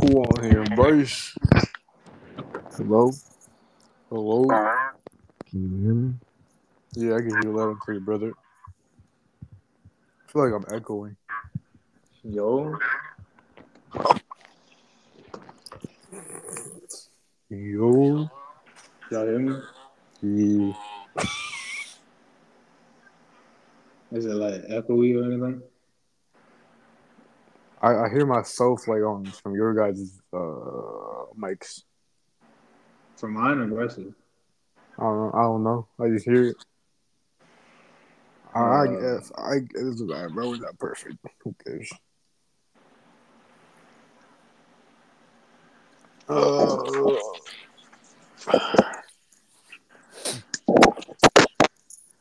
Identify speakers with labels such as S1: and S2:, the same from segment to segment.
S1: Who on here? Bryce.
S2: Hello?
S1: Hello.
S2: Can you hear me?
S1: Yeah, I can hear you loud and clear, brother. I feel like I'm echoing.
S2: Yo.
S1: Yo.
S2: Y'all hear me?
S1: Yeah.
S2: Is it like echoey or anything?
S1: I, I hear myself like on from your guys' uh, mics.
S2: For mine or Bryce's?
S1: I don't know. I don't know. I just hear it. I,
S3: Uh,
S1: I guess. I guess it's bad, bro. We're not perfect. Who cares? Uh,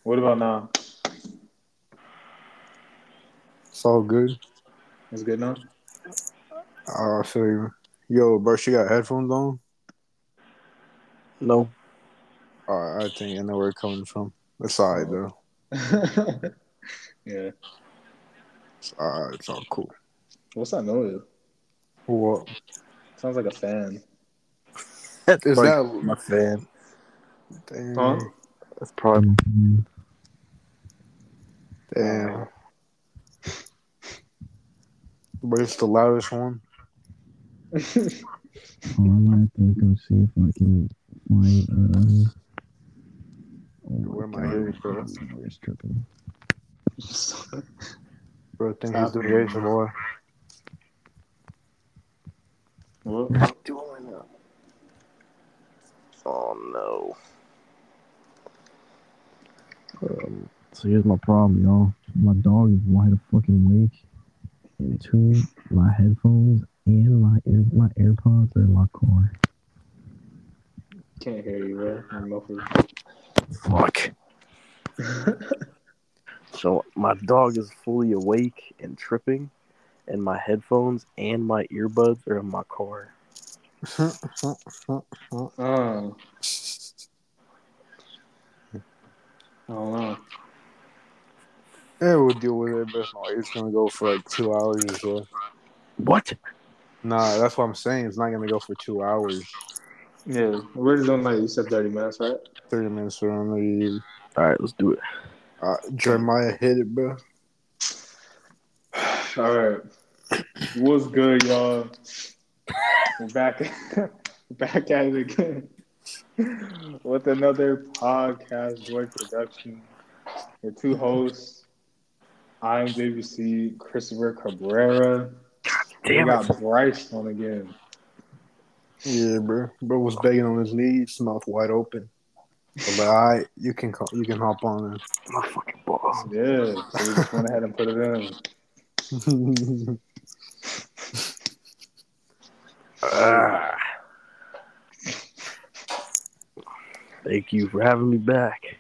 S2: What about now?
S1: it's all good.
S2: It's good now?
S1: Oh, I feel you. Yo, bro, she got headphones on.
S3: No.
S1: All right, I think I know where it's coming from. It's all right, though.
S2: yeah.
S1: It's all right. It's all cool.
S2: What's that noise?
S1: What?
S2: Sounds like a fan.
S1: Is
S3: Like-
S1: that?
S3: My fan.
S1: Damn.
S2: Huh?
S3: That's probably my fan.
S1: Damn. But it's the loudest one.
S3: Hold on, I have to go see if I can find. Uh... Oh my
S1: Where am I
S3: God,
S1: hearing from?
S3: I'm just tripping.
S1: Bro, I think he's
S2: Stop
S1: doing
S2: it.
S1: Jason Boy.
S2: what?
S3: Doing it. Oh no. Um, so here's my problem, y'all. My dog is wide fucking awake, and two, my headphones and my ear- my AirPods are in my car.
S2: Can't hear you, bro. I'm muffled.
S3: Fuck. So my dog is fully awake and tripping, and my headphones and my earbuds are in my car.
S2: oh. Oh, wow.
S1: Yeah, we'll deal with it, but it's not. It's gonna go for like two hours or so.
S3: What?
S1: Nah, that's what I'm saying. It's not gonna go for two hours.
S2: Yeah. We're just on like, you said 30 minutes, right?
S1: Thirty minutes around the
S3: All right, let's do it.
S1: uh, Jeremiah hit it, bro.
S2: All right. What's good, y'all? We're back, back at it again with another podcast boy production. Your two hosts. I'm JVC Christopher Cabrera. we got Bryce on again.
S1: Yeah, bro. Bro was begging on his knees, mouth wide open. I'm like, all right, you can call, you can hop on
S3: my fucking balls.
S2: Yeah, so we just went ahead and put it in.
S1: in.
S3: Ah. Thank you for having me back.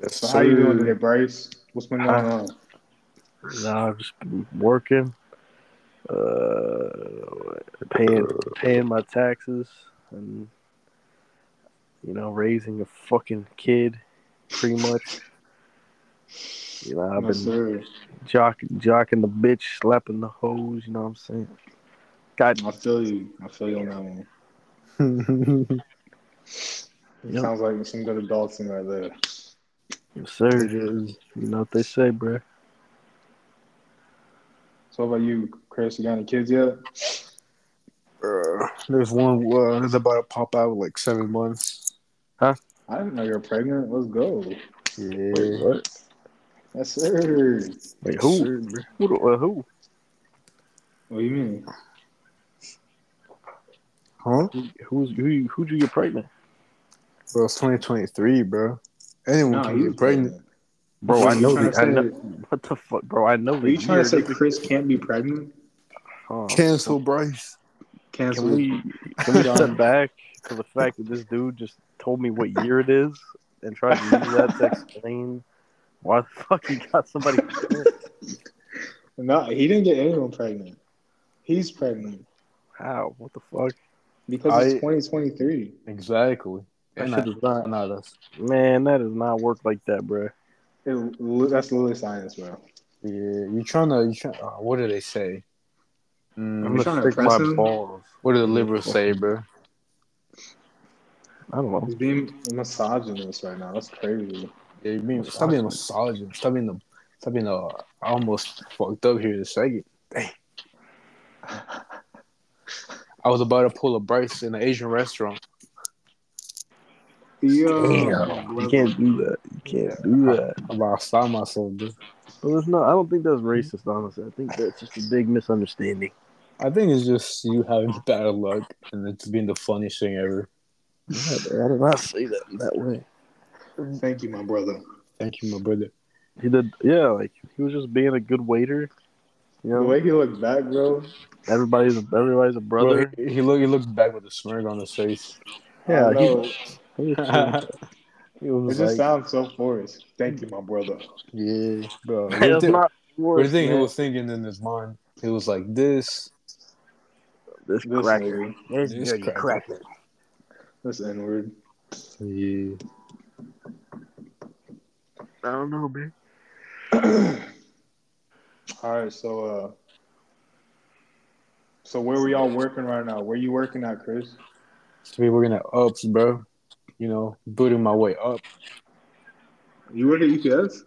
S1: yes,
S2: So how you doing today, Bryce? What's been going
S3: Uh,
S2: on?
S3: Nah, I've just been working, uh, paying paying my taxes, and you know, raising a fucking kid, pretty much. You know, I've
S2: No,
S3: been
S2: sir.
S3: jock, jocking the bitch, slapping the hoes. You know what I'm saying? God,
S2: I feel you. I feel you on that one.
S1: doing?
S3: Yep.
S2: Sounds like some good adulting right there.
S3: yes, sir. You know what they say, bro.
S2: So what about you, Chris? You got any kids yet?
S1: uh, there's one uh, that's about to pop out in, like seven months.
S2: I didn't know you were pregnant. Let's go.
S1: Yeah.
S3: what?
S2: Yes, sir.
S3: Wait, who?
S1: Sure, bro.
S3: Who? do- uh, who?
S2: What do you mean?
S1: Huh?
S3: Who's who? Who do you get pregnant?
S1: Bro, it's 2023, bro. Anyone
S2: No,
S1: can
S2: he was
S1: get pregnant.
S2: pregnant.
S3: Bro,
S2: Are
S3: I
S2: you
S3: know.
S2: trying
S3: The,
S2: to
S3: I know.
S2: say-
S3: What the fuck, bro? I know.
S2: Are you
S3: the
S2: trying to say
S3: year.
S2: Chris can't be pregnant?
S3: Oh.
S1: Cancel, Bryce.
S2: Cancel.
S3: Can we can we step back to the fact that this dude just told me what year it is and tried to use that to explain why the fuck he got somebody?
S2: No, he didn't get anyone pregnant. He's pregnant
S3: How? What the fuck?
S2: because it's
S1: I-
S2: 2023.
S1: Exactly.
S3: That
S1: And
S3: shit
S1: I,
S3: is not.
S1: no, that's
S3: Man, that does not work like that, bro.
S2: It, li- that's literally science, bro.
S1: yeah. You trying to? You trying? Uh, what do they say? Mm,
S3: I'm
S2: you
S3: gonna
S2: trying to
S3: stick my
S2: impress him?
S3: balls.
S1: what do the liberals say, bro?
S3: I don't know.
S2: He's being misogynist right now. That's crazy.
S1: Yeah, you mean stop being misogynist. Stop being the. Stop being the. I almost fucked up here in a second. Dang. I was about to pull a Bryce in an Asian restaurant.
S2: uh,
S3: Damn, you can't do that. You can't do that.
S1: I'm about to stop myself, bro.
S3: But that's not. I don't think that's racist. Honestly, I think that's just a big misunderstanding.
S1: I think it's just you having bad luck and it's being the funniest thing ever.
S3: I did not say that that way.
S2: Thank you, my brother.
S1: Thank you, my brother.
S3: He did. Yeah, like he was just being a good waiter. You
S2: The
S3: know,
S2: way he looked back, bro.
S3: everybody's a, everybody's a brother.
S1: Bro, he, he looked. He looked back with a smirk on his face.
S3: Yeah,
S2: I
S3: he-
S2: know.
S3: He was chill.
S1: he
S2: it
S1: was
S2: just
S1: like,
S2: sounds so forced. Thank you, my brother.
S1: yeah, bro. What do you
S3: That's
S1: think-
S3: not.
S1: what do
S3: Worse,
S1: you think he
S3: man.
S1: was thinking in his mind? He was like, this,
S3: this
S2: This
S3: cracker.
S2: nigga,
S3: This
S1: this
S3: dirty
S1: cracker.
S3: cracker.
S2: this N-word.
S1: Yeah.
S3: I don't know, man.
S2: All right, so uh, so where we all working right now? Where you working at, Chris?
S1: So we working at ups, bro. You know, booting my way up.
S2: You work at E UPS?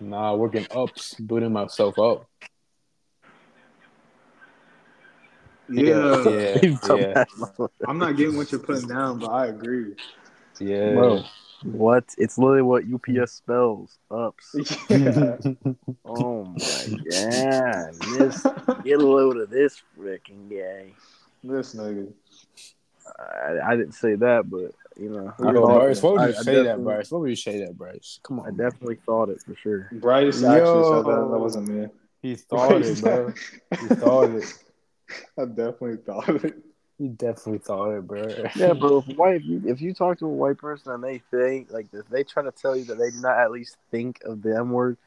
S1: Nah, working ups, booting myself up. yeah, yeah,
S2: I'm not getting what you're putting down, but I agree.
S1: yeah.
S3: Bro, what? It's literally what UPS spells. Ups.
S2: Yeah.
S3: Oh my god! This get a load of this freaking guy.
S2: this nigga.
S3: I, I didn't say that, but you know,
S1: Bro,
S3: I, thought
S1: Bryce,
S3: that.
S1: what would you
S3: I- I
S1: say that,
S3: definitely-
S1: Bryce? What would you say that, Bryce? Come
S3: I
S1: on,
S3: definitely thought it for sure.
S2: Bryce actually said that. That wasn't me.
S1: he thought it, bro. He thought it.
S2: I definitely thought it.
S1: He definitely thought it, bro.
S3: Yeah, but if white, if you, if you talk to a white person and they think like if they try to tell you that they do not at least think of the M word,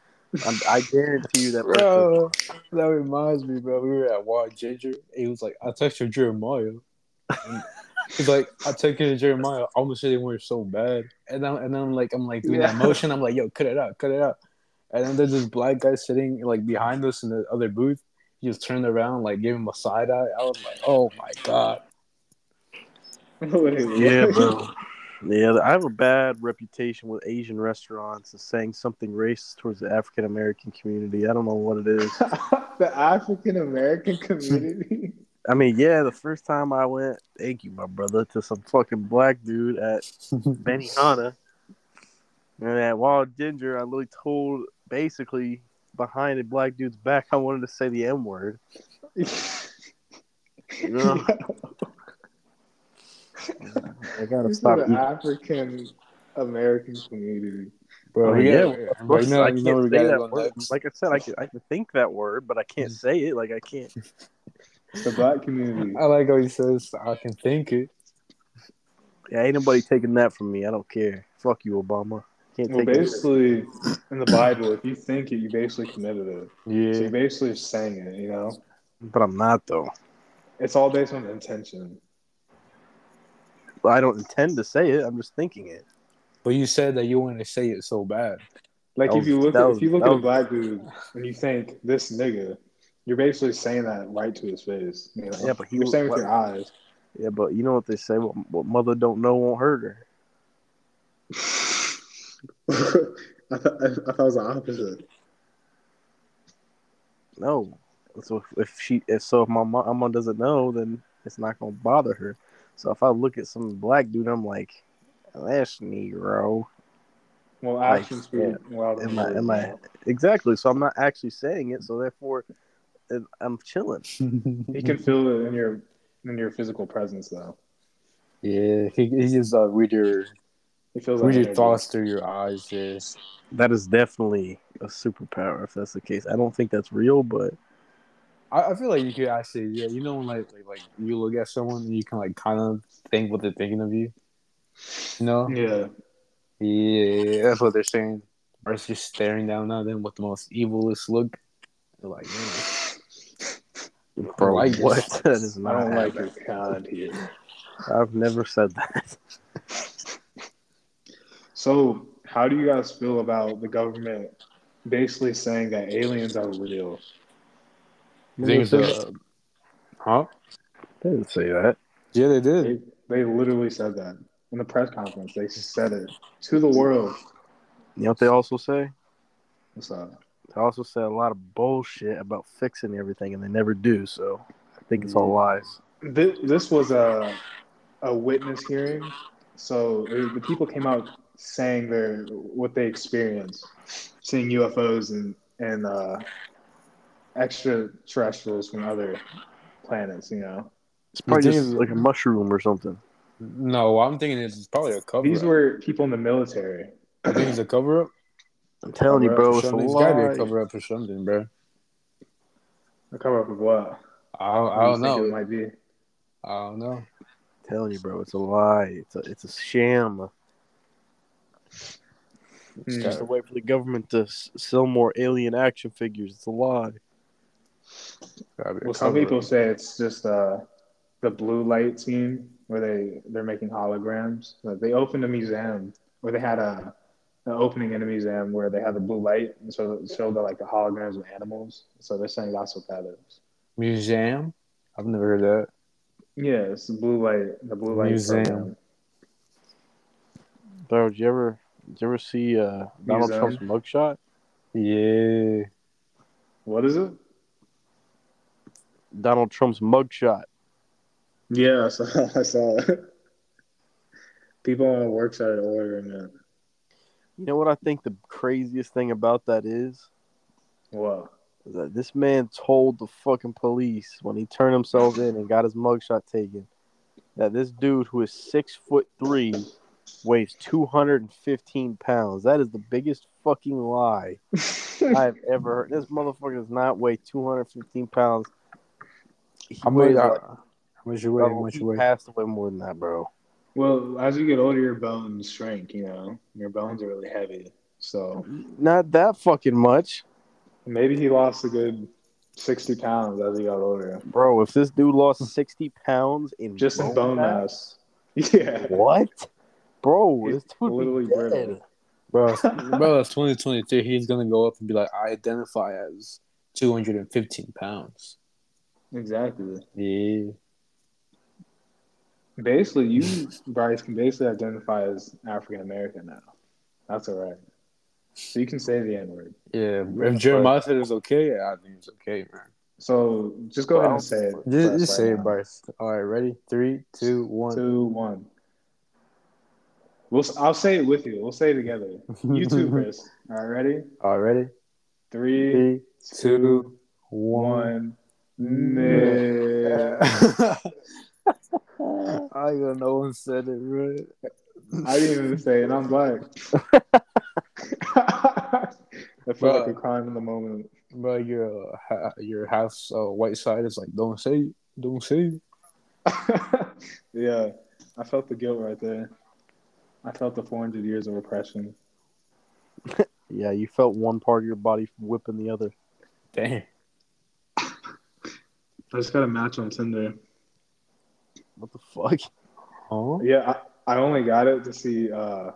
S3: I'm- I guarantee you that. person-
S1: Bro, that reminds me, bro. We were at Wild Ginger. and He was like, I texted Jeremiah. And He's like, I texted Jeremiah. I almost said they were so bad. And I'm, and I'm like, I'm like doing that
S2: Yeah.
S1: motion. I'm like, yo, cut it out, cut it out. And then there's this black guy sitting like behind us in the other booth. He just turned around, like gave him a side eye. I was like, oh my god.
S2: Wait,
S3: Yeah,
S2: what?
S3: bro. Yeah, I have a bad reputation with Asian restaurants and saying something racist towards the African American community. I don't know what it is.
S2: the African American community.
S3: I mean, yeah, the first time I went, thank you, my brother, to some fucking black dude at Benihana and at Wild Ginger, I literally told basically behind a black dude's back I wanted to say the M word. You know, I gotta
S2: This is
S3: stop.
S2: the
S3: eating-
S2: African American community.
S1: Bro,
S3: I mean,
S1: we
S3: Oh, yeah,
S1: got
S3: of
S1: right
S3: course,
S1: now,
S3: I
S1: you
S3: can't
S1: know, where we
S3: say
S1: gotta
S3: that
S1: go
S3: word.
S1: next. Mm.
S3: Like I said, I can I can think that word, but I can't say it. Like I can't.
S2: It's the black community.
S1: I like how he says, I can think it.
S3: Yeah, ain't nobody taking that from me. I don't care. Fuck you, Obama. Can't
S2: Well,
S3: take it.
S2: basically, in the Bible, if you think it, you basically committed it. So
S1: Yeah.
S2: you basically just saying it, you know?
S3: But I'm not though.
S2: It's all based on intention.
S3: I don't intend to say it. I'm just thinking it.
S1: But you said that you want to say it so bad.
S2: Like
S3: That
S2: if you
S3: was-
S2: look
S3: that
S2: at,
S3: was-
S2: if you look
S3: that
S2: at a
S3: was-
S2: black dude and you think this nigga, you're basically saying that right to his face. You know?
S3: Yeah, but he
S2: you're saying with
S3: what-
S2: your eyes.
S3: Yeah, but you know what they say? What, what mother don't know won't hurt her.
S2: I, thought, I, thought it was the opposite.
S3: No. So if, if she, if so, if my mom, my mom doesn't know, then it's not gonna bother her. So if I look at some black dude, I'm like, "Oh, that's Negro.
S2: Well,
S3: Like,
S2: actions speak louder
S3: Am
S2: than
S3: I?
S2: words,
S3: Am
S2: you
S3: I?
S2: know?
S3: Exactly. So I'm not actually saying it. So therefore, I'm- I'm chilling.
S2: You can feel it in your in your physical presence, though.
S1: Yeah, he, he just uh, read your
S2: It feels like
S1: read your
S2: energy.
S1: thoughts through your eyes. Yeah,
S3: That is definitely a superpower if that's the case. I don't think that's real, but
S1: I, I feel like you could actually, yeah, you know, when like, like like you look at someone and you can like kind of think what they're thinking of you. You know?
S2: Yeah.
S1: Yeah, that's what they're saying. Or it's just staring down at them with the most evilest look. They're like, man,
S3: bro,
S1: like
S3: what?
S1: this.
S3: that is
S2: I
S3: not.
S2: don't like
S3: happening.
S2: your kind here.
S3: I've never said that.
S2: So, how do you guys feel about the government basically saying that aliens are real?
S1: you think it's a Huh?
S3: They didn't say that.
S1: Yeah, they did.
S2: They, they literally said that in the press conference. They said it to the world.
S3: You know what they also say?
S2: What's up?
S3: They also said a lot of bullshit about fixing everything, and they never do. So I think it's all
S1: Mm.
S3: lies.
S2: This, this was a a witness hearing, so it- the people came out saying their what they experienced, seeing UFOs and and uh, extraterrestrials from other planets. You know,
S3: It's probably just
S1: thing is-
S3: like a mushroom or something.
S1: No, I'm thinking it's probably a cover.
S2: these were people in the military.
S1: I think it's a cover up.
S3: I'm telling you, bro, it's a
S1: It's gotta be a
S3: lie.
S1: cover up or something, bro.
S2: A cover up of what?
S1: I don't, I
S2: What
S1: don't
S2: do you think It
S1: know.
S2: might be. Hmm.
S1: I don't know.
S3: I'm telling you, bro, it's a lie. It's a it's a sham. It's
S2: Hmm.
S3: just a way for the government to s- sell more alien action figures. It's a lie.
S1: Gotta be a
S2: Well, some
S1: cover-up.
S2: people say it's just uh, the blue light team where they they're making holograms. Like, they opened a museum where they had a an opening in a museum where they had the blue light and so it showed the, like the holograms of animals. So they're saying that's what that is.
S1: museum. I've never heard that.
S2: Yeah, it's the blue light. The blue light
S1: Museum.
S2: program.
S3: Bro, did you ever did you ever see uh, Donald
S2: Museum.
S3: Trump's mugshot?
S1: Yeah.
S2: What is it?
S3: Donald Trump's mugshot.
S2: Yeah, I saw. I saw it. People on the work site are ordering it.
S3: You know what I think the craziest thing about that is?
S2: Wow.
S3: Is that this man told the fucking police when he turned himself in and got his mugshot taken that this dude who is six foot three weighs two hundred and fifteen pounds. That is the biggest fucking lie I've ever heard. This motherfucker does not weigh two hundred and fifteen pounds. He
S1: How much?
S3: weighs
S1: How
S3: like
S1: how much you weigh? How
S3: double.
S1: much
S3: He
S1: you weigh?
S3: passed away more than that, bro.
S2: Well, as you get older, your bones shrink. You know, your bones are really heavy. So
S3: Not that fucking much.
S2: maybe he lost a good sixty pounds as he got older,
S3: Bro, if this dude lost 60 pounds in
S2: just in bone mass. Yeah,
S3: What? Bro,
S2: He's
S3: this dude
S2: literally
S3: literally
S2: brittle.
S3: dead.
S1: Bro, bro, it's 2023. He's gonna go up and be like, I identify as 215 pounds.
S2: exactly.
S1: Yeah.
S2: Basically, you Bryce can basically identify as African American now. That's all right. So you can say the N word.
S1: Yeah. If Jeremiah said it's okay, I think it's okay, man.
S2: So just go ahead and say it.
S1: Just,
S2: Bryce,
S1: just
S2: right
S1: say
S2: now.
S1: it, Bryce. All right, ready? Three, two, one.
S2: Two, one. We'll. I'll say it with you. We'll say it together. You too, Chris. All right, ready?
S1: All right, ready?
S2: Three,
S1: Three,
S2: two,
S1: two, one.
S2: one. Nah.
S1: I don't know one said it right.
S2: I didn't even say it. I'm black. I feel like a crime in the moment.
S1: Bro, your uh, ha- your house uh, white side is like, don't say, it, don't say. it."
S2: yeah, I felt the guilt right there. I felt the 400 years of oppression.
S3: Yeah, you felt one part of your body whipping the other.
S1: Damn.
S2: I just got a match on Tinder.
S3: What the fuck?
S1: Huh?
S2: Yeah, I, I only got it to see uh,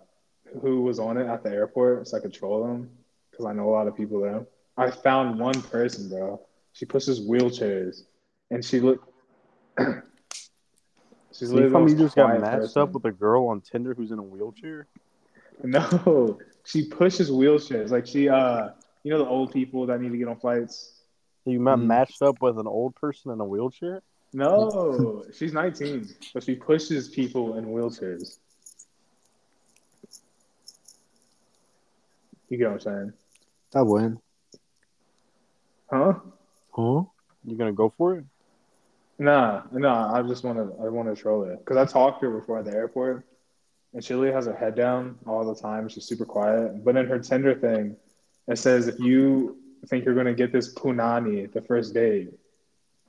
S2: who was on it at the airport so I could troll them because I know a lot of people there. I found one person, bro. She pushes wheelchairs, and she look. She's
S3: So you
S2: literally
S3: tell
S2: the
S3: me you
S2: most
S3: just got
S2: quiet
S3: matched
S2: person.
S3: up with a girl on Tinder who's in a wheelchair?
S2: No, she pushes wheelchairs. Like she, uh, you know, the old people that need to get on flights.
S3: So you not
S1: Mhm.
S3: matched up with an old person in a wheelchair?
S2: No, she's 19, but she pushes people in wheelchairs. You get what I'm saying,
S1: I win.
S2: huh?
S1: Huh?
S3: You gonna go for it?
S2: Nah, nah. I just want to, I want to troll her because I talked to her before at the airport, and she literally has her head down all the time. She's super quiet, but in her Tinder thing, it says if you think you're gonna get this punani the first day,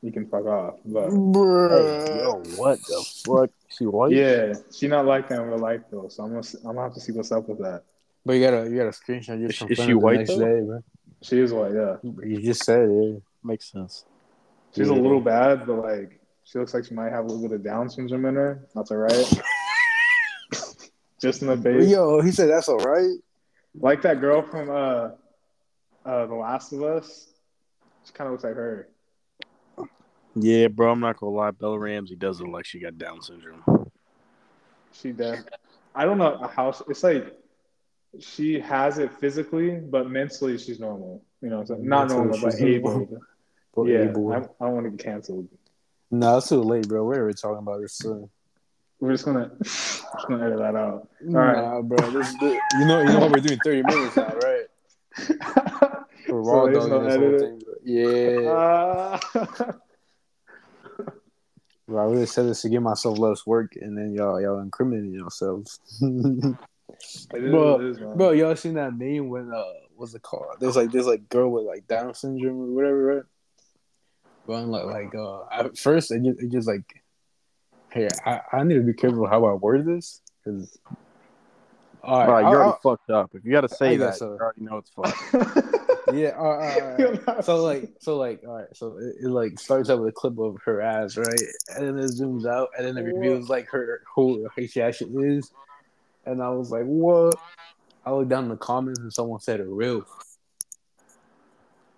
S2: you can fuck off.
S1: Uh,
S2: But
S3: Hey, yo, what the fuck? She white?
S2: Yeah, she not like that in real life though. So I'm gonna I'm gonna have to see what's up with that.
S1: But you gotta you gotta screenshot your
S3: Is she-
S1: from
S3: is she
S1: Fender the
S3: white,
S1: next
S3: though?
S1: day, man.
S2: She is white, yeah.
S1: You just said it.
S3: Makes sense.
S2: She's a
S1: Yeah.
S2: little bad, but like she looks like she might have a little bit of Down syndrome in her. That's all right. Just in the face,
S1: Yo, he said that's all right.
S2: like that girl from uh, uh, The Last of Us. She kind of looks like her.
S3: Yeah, bro, I'm not gonna lie. Bella Ramsey does look like she got Down syndrome.
S2: She does. I don't know how. she- It's like she has it physically, but mentally she's normal. You know, what I'm saying? not
S1: Mentally,
S2: normal, but
S1: she's normal.
S2: able.
S1: But
S2: yeah,
S1: able-
S2: I, I want to get canceled.
S1: No, it's too late, bro. We're already talking about this soon.
S2: We're just gonna, just gonna edit that out. right.
S1: Nah, bro. This is the- you know, you know what we're doing thirty minutes now, right? We're
S2: So
S1: raw
S2: there's
S1: dogging
S2: no
S1: this whole
S2: edit?
S1: thing, bro. Yeah,
S2: Ah.
S1: bro, I really said this to give myself less work, and then y'all y'all incriminating yourselves.
S2: It is
S1: Bro,
S2: what it is, man.
S1: Bro, y'all seen that meme when uh what's it called? There's like this like girl with like Down syndrome or whatever, right? Going like like uh at first it just, it just like hey I, I need to be careful how I word this because all
S3: All right,
S1: right, I-
S3: you already fucked up. If you gotta
S1: I
S3: say that,
S1: guess so.
S3: you already know it's fucked.
S1: I- yeah all right, all right, all right. so like so like all right so it, it like starts out with a clip of her ass right and then it zooms out and then it reveals like her who she actually is and I was like what I looked down in the comments and someone said a real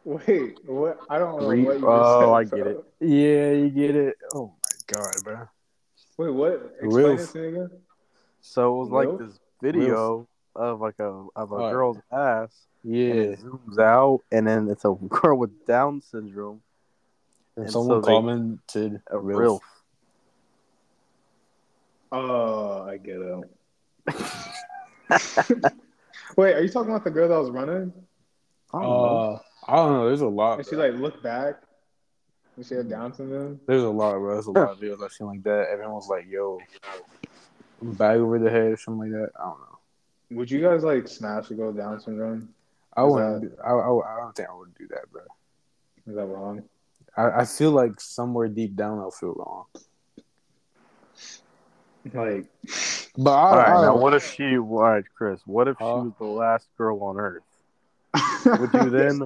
S2: wait, what? I don't know
S3: Re-
S2: what you
S3: oh, I
S2: said,
S3: get
S2: bro.
S1: Yeah, you get it. Oh my god, bro.
S2: Wait, what? Explain
S1: Real.
S2: this to me again.
S3: So it was like
S2: Nope.
S3: this video of like a of a
S1: Alright.
S3: girl's ass. and
S1: Yeah.
S3: it zooms out, and then it's a girl with Down syndrome.
S1: And
S3: And
S1: someone
S3: so they-
S1: commented
S3: A
S1: real.
S3: real.
S2: Oh, I get it. Wait, are you talking about the girl that was running?
S3: I don't know.
S1: Uh, I don't know. There's a lot.
S2: And she
S1: bro.
S2: like looked back and she had Down syndrome.
S1: There's a lot, bro. There's a lot of videos I've seen like that. Everyone's like, "Yo, bag over the head" or something like that. I don't know.
S2: Would you guys like smash a girl with Down syndrome?
S1: I
S2: Is
S1: wouldn't. do- I, I I don't think I would do that, bro.
S2: Is that wrong?
S1: I, I feel like somewhere deep down I'll feel wrong.
S2: Like,
S1: But I,
S3: All right,
S1: I,
S3: now what if she? All right, Chris. What if
S1: Huh?
S3: she was the last girl on Earth? Would you then?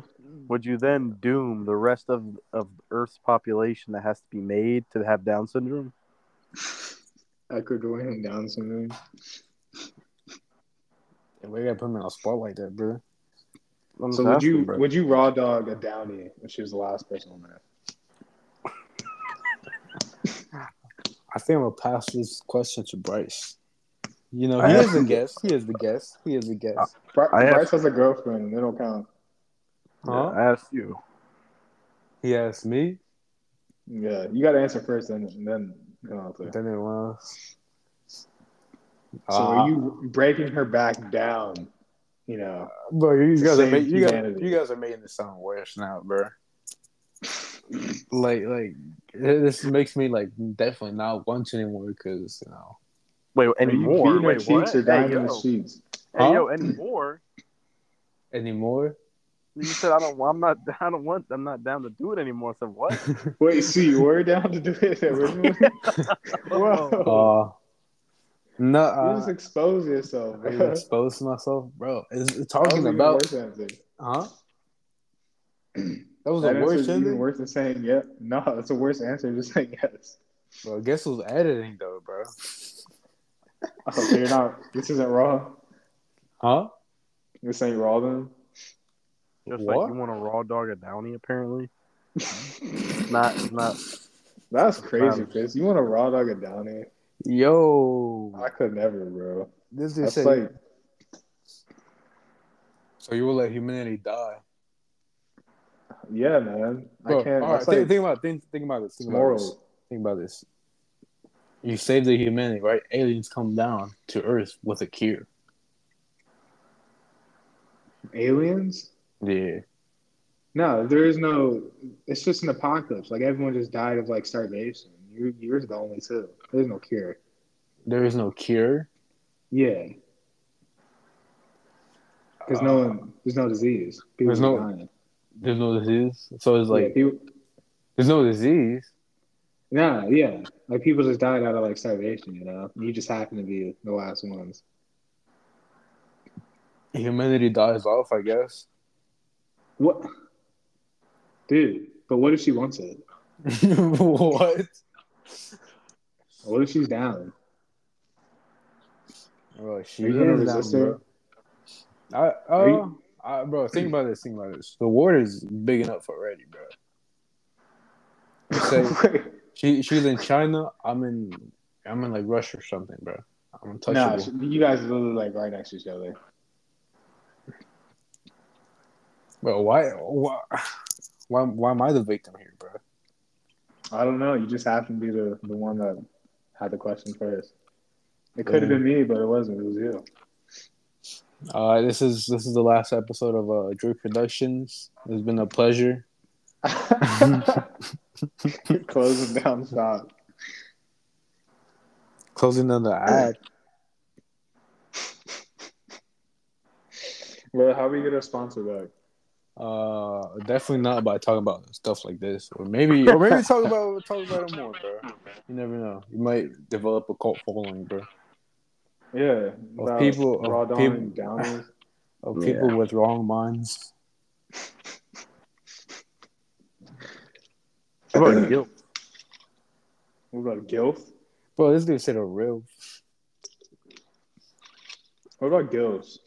S3: would you then doom the rest of of Earth's population that has to be made to have Down syndrome?
S2: I could win Down syndrome.
S1: we gotta put me on a spot like that, bro.
S3: I'm
S2: So
S3: just
S2: would
S3: asking,
S2: you
S3: bro.
S2: would you raw dog a Downy if she was the last person on there?
S1: I think I'm gonna pass this question to Bryce. You know,
S3: I
S1: he
S3: have-
S1: is the guest. He is the guest. He is the guest.
S2: Bri-
S3: I have-
S2: Bryce has a girlfriend. They don't count.
S3: Yeah,
S1: Huh?
S3: I asked you.
S1: He asked me.
S2: Yeah, you got to answer first, and, and then go out there.
S1: Then it was.
S2: So
S3: Uh,
S2: are you breaking her back down? You know,
S1: bro? You guys are
S2: Same
S1: making you guys,
S2: humanity.
S1: you guys are making this sound worse now, bro. Like, like this makes me like definitely not want you anymore because you know.
S2: Are
S3: Wait,
S2: you
S3: anymore?
S2: beating her
S3: Wait, what?
S2: cheeks or
S3: Hey,
S2: dying in the
S3: yo.
S2: sheets?
S3: Hey,
S1: Huh?
S3: yo, anymore?
S1: Anymore?
S3: You said I don't. I'm not. I don't want. I'm not down to do it anymore. I said what?
S2: Wait, see, you were down to do it originally. Whoa,
S1: Uh, no,
S2: you just
S1: uh,
S2: exposed yourself.
S1: I
S2: bro.
S1: exposed myself, bro. It's, it's
S2: That was
S1: talking
S2: even
S1: about
S2: worse than that.
S1: huh? That was
S2: That
S1: a
S2: answer
S1: worse
S2: is even
S1: ending,
S2: worse than saying yeah. No, that's a worse answer. than Just saying yes.
S1: bro. Guess who's editing though, bro?
S2: Oh, so you're not. This isn't raw.
S1: Huh?
S2: You're saying raw then.
S3: Just
S1: What?
S3: like you want a raw dog a downy, apparently. Not, not.
S2: That's
S1: Um,
S2: crazy, Chris. You want a raw dog a downy?
S1: Yo,
S2: I could never, bro.
S1: this is
S2: That's like
S1: so you will let humanity die.
S2: Yeah, man.
S1: Bro,
S2: I can't.
S1: all right,
S2: That's
S1: think,
S2: like
S1: think about think, think about this.
S2: it's
S1: Think about this.
S2: moral.
S1: Think about this. You save the humanity, right? Aliens come down to Earth with a cure.
S2: Aliens?
S1: Yeah.
S2: No, there is no. It's just an apocalypse. Like everyone just died of like starvation. You, you're the only two. There's no cure.
S1: There is no cure.
S2: Yeah, because no one. There's no disease. People
S1: Uh, there's no-
S2: are dying.
S1: There's no disease. So it's
S2: Like yeah,
S1: like
S2: people.
S1: there's no disease.
S2: Nah, yeah. Like people just died out of like starvation. You know, you just happen to be the last ones.
S1: Humanity dies off, I guess.
S2: What, dude? But what if she wants it?
S1: what?
S2: What if she's down?
S1: Bro, she
S2: Are you gonna
S1: is
S2: resist
S1: down,
S2: her?
S1: bro. I,
S2: Are
S1: uh, I, bro, think about this. Think about this. The water's big enough already, bro. say she she's in China. I'm in I'm in like Russia or something, bro. I'm
S2: nah,
S1: untouchable.
S2: you guys are literally like right next to each other.
S1: Bro, why why why why am I the victim here, bro?
S2: I don't know. You just happened to be the, the one that had the question first. It could have been me, but it wasn't. It was you.
S1: Uh, this is this is the last episode of uh, Drew Productions. It's been a pleasure.
S2: Closing down shop.
S1: Closing on the ad.
S2: Bro, how we get a sponsor back?
S1: Uh, definitely not by talking about stuff like this, or maybe or maybe talk about talk about it more, bro. You never know. You might develop a cult following, bro,
S2: Yeah. about
S1: people- of
S2: Raw Dawn
S1: people-
S2: and Downers.
S1: of people with wrong minds.
S3: What about guilt?
S2: What about Gilf?
S1: Bro, this dude said a real.
S2: What about Gilfs?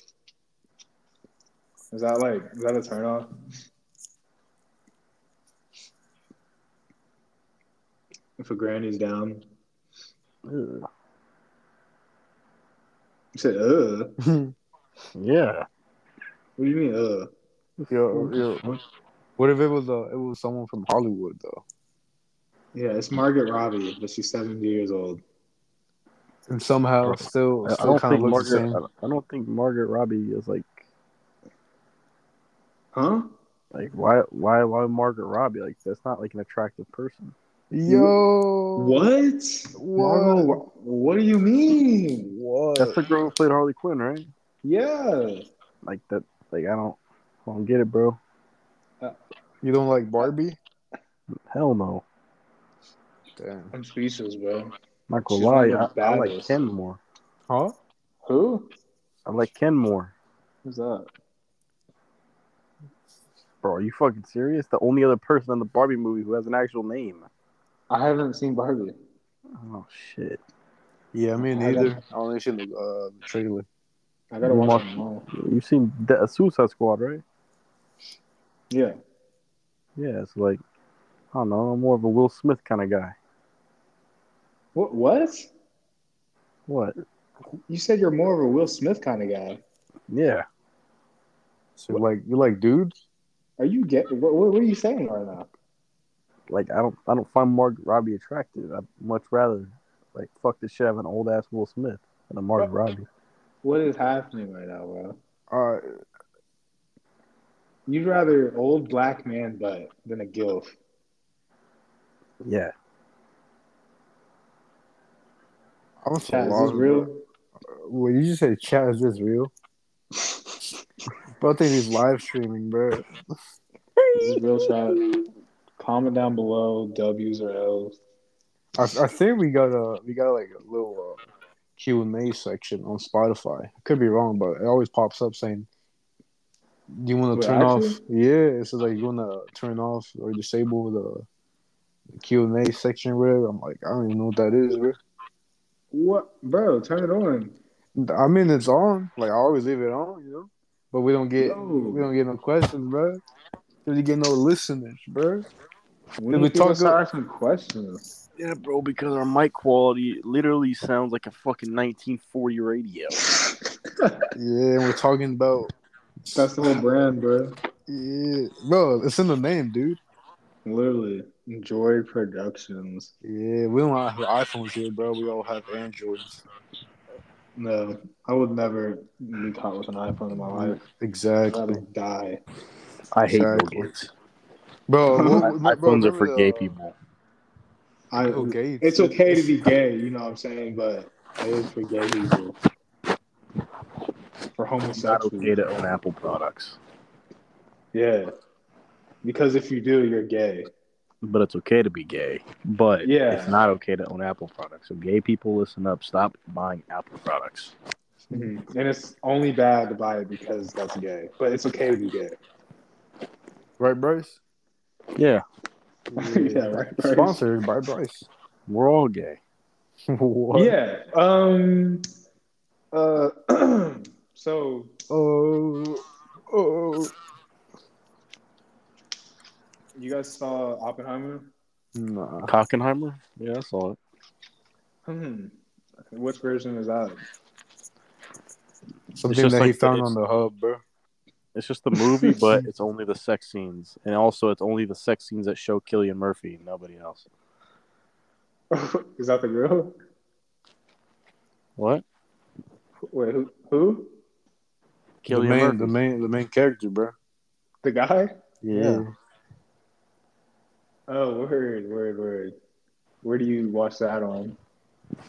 S2: Is that like is that a turn off? If a granny's down.
S3: Ugh.
S2: You said uh.
S3: Yeah.
S2: What do you mean uh?
S1: Yo, yo, what if it was uh, it was someone from Hollywood though?
S2: Yeah, it's Margaret Robbie, but she's seventy years old.
S1: and somehow
S3: Bro,
S1: still
S3: I- I
S1: still
S3: don't
S1: kind of
S3: think
S1: looks the
S3: Margaret.
S1: same.
S3: I- I don't think Margaret Robbie is like
S2: Huh?
S3: like why why why Margaret Robbie like that's not like an attractive person.
S1: Yo,
S2: What?
S1: What?
S2: Margot, what do you mean?
S1: What?
S3: That's the girl who played Harley Quinn, right?
S2: Yeah.
S3: Like that. Like I don't. I don't get it, bro.
S1: you don't like Barbie?
S3: Hell no.
S1: Damn.
S2: I'm speechless, bro.
S3: Not gonna
S2: She's one
S3: lie.
S2: of the
S3: I, I like
S2: baddest.
S3: Ken more.
S1: Huh?
S2: Who?
S3: I like Ken more.
S2: Who's that?
S3: Bro, are you fucking serious? The only other person in the Barbie movie who has an actual name.
S2: I haven't seen Barbie.
S3: Oh shit.
S1: Yeah, me
S2: I
S1: neither. I only seen the uh, trailer.
S2: I gotta watch
S3: Mar-
S2: them all.
S3: You've seen the uh, Suicide Squad, right?
S2: Yeah.
S3: Yeah. It's like I don't know. I'm more of a Will Smith kind of guy.
S2: What? What?
S3: What?
S2: You said you're more of a Will Smith kind of guy.
S3: Yeah.
S1: So like you like dudes?
S2: Are you get? What, what are you saying right now?
S3: Like I don't. I don't find Margaret Robbie attractive. I'd much rather like fuck the shit out of an old ass Will Smith than a Margaret Robbie.
S2: What is happening right now, bro?
S1: Uh,
S2: You'd rather old black man butt than a gilf.
S3: Yeah.
S1: I'm so
S2: Chad, is
S1: lost,
S2: this real?
S1: bro. Well, you just said chat. Is this real? bro, I think he's live streaming, bro.
S2: Is this real shot? Comment down below W's or L's.
S1: I, I think we got a we got like a little uh, Q and A section on Spotify. I could be wrong, but it always pops up saying, "Do you want
S2: Wait,
S1: to turn off?"
S2: actually?
S1: Yeah, it's like you want to turn off or disable the, the Q and A section. or Whatever. I'm like, I don't even know what that is. Bro.
S2: What, bro? Turn it on.
S1: I mean, it's on. Like I always leave it on, you know. But we don't get
S2: No.
S1: we don't get no questions, bro. We get no listeners, bro.
S2: We
S1: Did
S2: need
S1: we
S2: people
S1: talk
S2: to
S1: about-
S2: ask some questions.
S3: Yeah, bro, because our mic quality literally sounds like a fucking 1940 radio.
S1: Yeah, and we're talking about
S2: That's the whole brand, bro.
S1: yeah, bro. It's in the name, dude.
S2: Literally, Enjoy Productions.
S1: Yeah, we don't have iPhones here, bro. We all have Androids.
S2: No, I would never be caught with an iPhone in my life. I'd rather
S1: Exactly,
S2: die.
S3: I hate
S1: Exactly.
S3: Nokias.
S1: bro.
S2: I-
S1: what- what- bro,
S3: iPhones are
S1: remember
S3: for
S1: the-
S3: gay people.
S2: I,
S1: Oh, gay.
S2: It's okay to be gay, you know what I'm saying, but it is for gay people. For
S3: It's not
S2: homosexuals.
S3: okay to own Apple products,
S2: Yeah. Because if you do, you're gay.
S3: but it's okay to be gay. But
S2: Yeah.
S3: it's not okay to own Apple products. So, gay people, listen up. Stop buying Apple products.
S2: Mm-hmm. And it's only bad to buy it because that's gay. But it's okay to be gay.
S1: right, Bryce.
S3: Yeah,
S2: Yeah, right, Bryce.
S1: Sponsored by Bryce.
S3: we're all gay.
S1: what?
S2: Yeah. Um uh so
S1: Oh, oh.
S2: you guys saw Oppenheimer?
S1: Nah.
S3: Cockenheimer? Yeah, I saw it.
S2: Hmm. What version is that?
S1: Something
S3: just
S1: that he
S3: like the-
S1: found on the hub, bro.
S3: It's just the movie, but it's only the sex scenes, and also it's only the sex scenes that show Killian Murphy, and nobody else.
S2: is that the girl?
S3: What?
S2: Wait, who? Who?
S1: The
S3: Killian
S1: main,
S3: Murphy?
S1: the main, the main character, bro.
S2: The guy?
S3: yeah.
S2: Oh, word, word, word. Where do you watch that on?
S3: I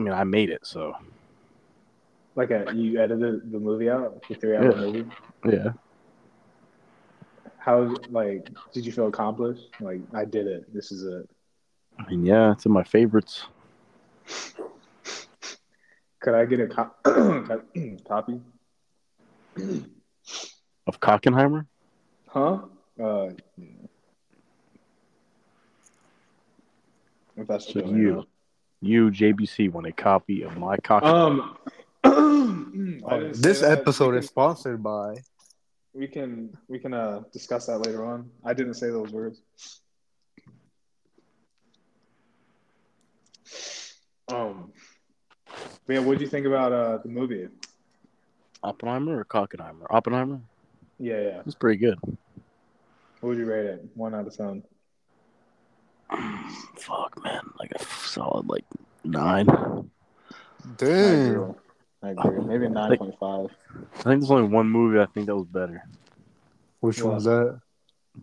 S3: mean, I made it, so
S2: Like, a, you edited the movie out, the three-hour
S3: Yeah.
S2: movie.
S3: yeah.
S2: How? Like, did you feel accomplished? Like, I did it. This is it.
S3: I mean, yeah, it's in my favorites.
S2: Could I get a co- copy?
S3: Of Cockenheimer?
S2: Huh? Uh, if that's
S3: So
S2: still
S3: you, you JBC want a copy of my
S2: out.
S3: Cockenheimer?
S2: Um, I didn't say
S1: This
S2: that.
S1: episode
S2: We
S1: is
S2: can-
S1: sponsored by.
S2: We can we can uh discuss that later on. I didn't say those words. Um, but yeah, what do you think about uh the movie?
S3: Oppenheimer or Cockenheimer? Oppenheimer.
S2: Yeah, yeah.
S3: It's pretty good.
S2: What would you rate it? One out of ten.
S3: Fuck, man, like a solid like nine.
S2: I
S1: Damn.
S2: agree. I agree. Maybe nine point five.
S3: I think there's only one movie I think that was better.
S1: Which
S2: What?
S1: one's that?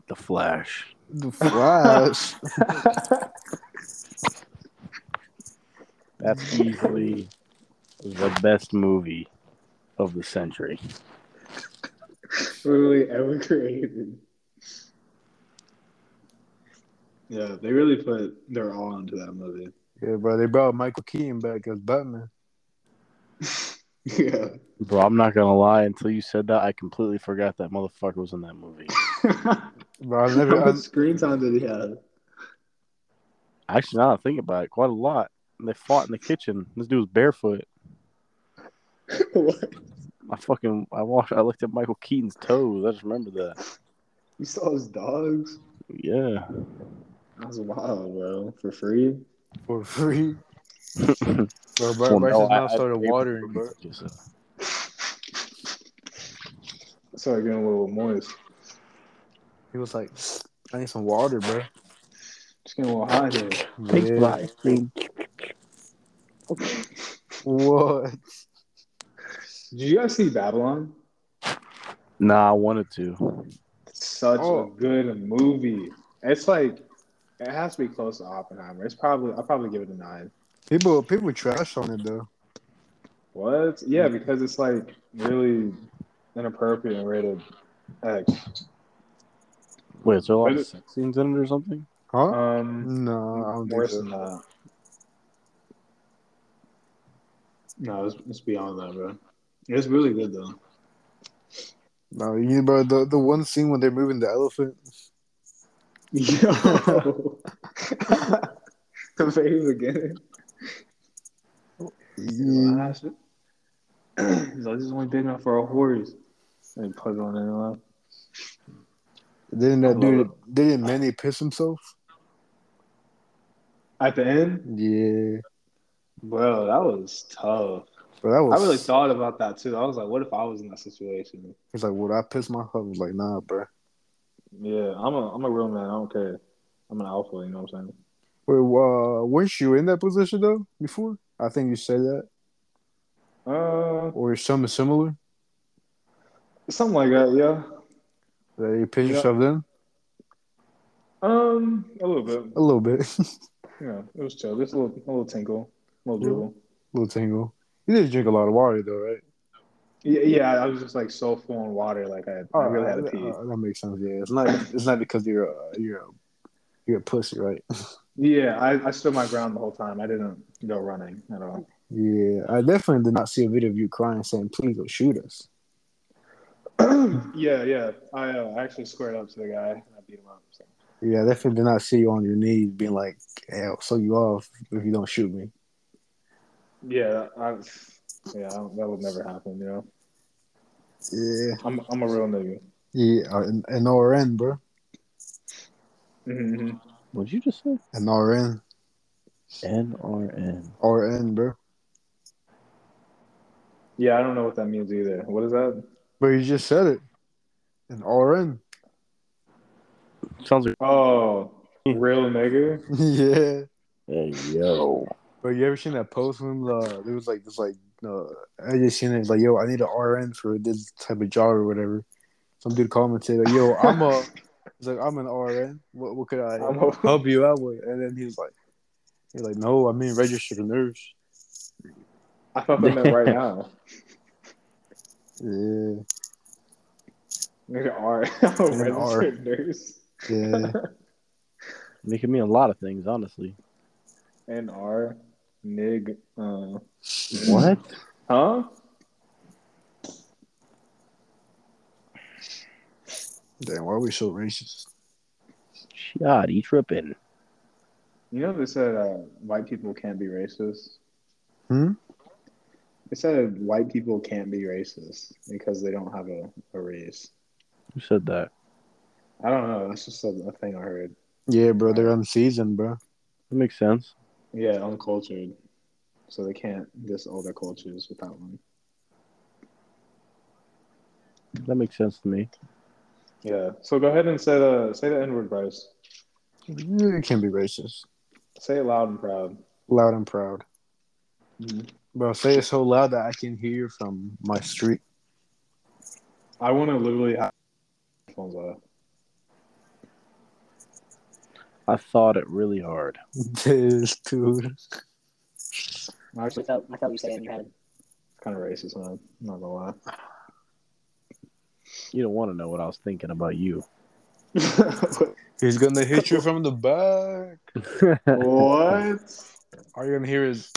S3: The Flash.
S1: The Flash.
S3: That's easily the best movie of the century.
S2: truly ever created. Yeah, they really put their all into that movie.
S1: yeah, bro. They brought Michael Keaton back as Batman.
S2: Yeah.
S3: Bro, I'm not gonna lie. Until you said that, I completely forgot that motherfucker was in that movie.
S1: Bro, I've
S2: How
S1: never.
S2: much
S1: I've,
S2: screen time did he have?
S3: Actually, now that I think about it, quite a lot. And they fought in the kitchen. This dude was barefoot.
S2: What?
S3: I fucking I watched. I looked at Michael Keaton's toes. I just remember that.
S2: You saw his dogs?
S3: Yeah.
S2: That was wild, bro. For free?
S1: for free. Bro, bro,
S3: Well,
S1: Bryce's
S3: no, I-
S1: mouth
S3: I-
S1: started watering, bro.
S2: Started getting a little moist.
S1: He was like, I need some water, bro.
S2: Just getting a little hot here.
S1: Yeah. What?
S2: Did you guys see Babylon?
S3: Nah, I wanted to.
S2: Such
S1: Oh.
S2: a good movie. It's like it has to be close to Oppenheimer. It's probably I'll probably give it a nine.
S1: People, people trash on it though.
S2: What? Yeah, because it's like really inappropriate and rated X.
S3: Wait, is there a lot
S2: Wait
S3: of
S2: a-
S3: sex scenes in it or something?
S1: Huh?
S2: Um,
S1: no, I don't think
S2: worse than
S1: so.
S2: that. No, it's, it's beyond that, bro. It's really good though.
S1: No, you bro. The the one scene when they're moving the elephant.
S2: Yo, the face again. Mm.
S1: Yeah.
S2: He's like, this is only big enough for a horse. And he put it on in lap.
S1: Didn't
S2: I
S1: that
S2: love
S1: dude? Didn't Manny piss himself?
S2: At the end,
S1: Yeah,
S2: bro, that was tough.
S1: but that
S2: I
S1: was.
S2: really thought about that too. I was like, what if I was in that situation?
S1: He's like, "Would I piss myself?" I was like, "Nah, bro."
S2: Yeah, I'm a I'm a real man. I don't care. I'm an alpha. You know what I'm saying?
S1: Wait, uh, weren't you in that position though before? I think you said that,
S2: Uh,
S1: or something similar.
S2: something like that. Yeah.
S1: That you piss
S2: Yeah.
S1: yourself then
S2: Um, a little bit.
S1: a little bit,
S2: Yeah, it was chill. Just a little, a little tinkle, a little dribble.
S1: little tingle. You did drink a lot of water though, right?
S2: Yeah, yeah. I was just like so full in water, like I, I really had to
S1: Alright,
S2: pee.
S1: uh, that makes sense. Yeah, it's not. It's not because you're a you're a, you're a pussy, right?
S2: Yeah, I, I stood my ground the whole time. I didn't go running at all.
S1: Yeah, I definitely did not see a video of you crying saying, "Please don't shoot us."
S2: yeah, yeah. I uh, actually squared up to the guy. and I beat him up. So.
S1: Yeah, I definitely did not see you on your knees being like, "Hey, I'll sew you off if you don't shoot me."
S2: Yeah, I, yeah. I don't, that would never happen. You know,
S1: Yeah, uh,
S2: I'm I'm a real nigga.
S1: yeah, an, an RN, bro.
S2: hmm
S3: What'd you just say?
S1: An RN.
S3: NRN.
S1: RN, bro.
S2: Yeah, I don't know what that means either. What is that?
S1: But you just said it. An RN.
S3: Sounds like.
S2: Oh, real nigga.
S1: yeah.
S3: Hey, yo.
S1: But you ever seen that post when uh, there was like this like uh, I just seen it like yo I need an RN for this type of job or whatever. Some dude called me and said like yo I'm a he's like I'm an RN. What what could I
S2: I'm a-
S1: help you out with? And then he's like he's like no I mean registered nurse.
S2: I fucking know right now.
S1: Yeah
S2: Nigga, R. I'm a
S1: An R.
S2: registered nurse.
S1: yeah
S3: It can mean a lot of things, honestly.
S2: An R. Nig. Uh,
S3: What?
S2: huh?
S1: damn why are we so racist?
S3: Shot, he tripping.
S2: You know they said uh, white people can't be racist.
S1: Hmm?
S2: They said white people can't be racist because they don't have a, a race.
S3: Who said that?
S2: I don't know. That's just a, a thing I heard.
S1: Yeah bro they're unseasoned bro.
S3: That makes sense.
S2: Yeah, uncultured. So they can't diss older cultures without one.
S3: That makes sense to me.
S2: Yeah. So go ahead and say the say the N word, Bryce.
S1: You can't be racist.
S2: Say it loud and proud.
S1: Loud and proud.
S2: Mhm.
S1: Bro say it so loud that I can hear from my street.
S2: I want to literally have headphones off.
S3: I thought it really hard.
S1: This dude.
S2: Actually,
S4: I thought, I thought you said it in your head.
S2: it's kind of racist, man. I'm not gonna lie.
S3: You don't want to know what I was thinking about you.
S1: He's gonna hit you from the back.
S2: what?
S1: All you're gonna hear is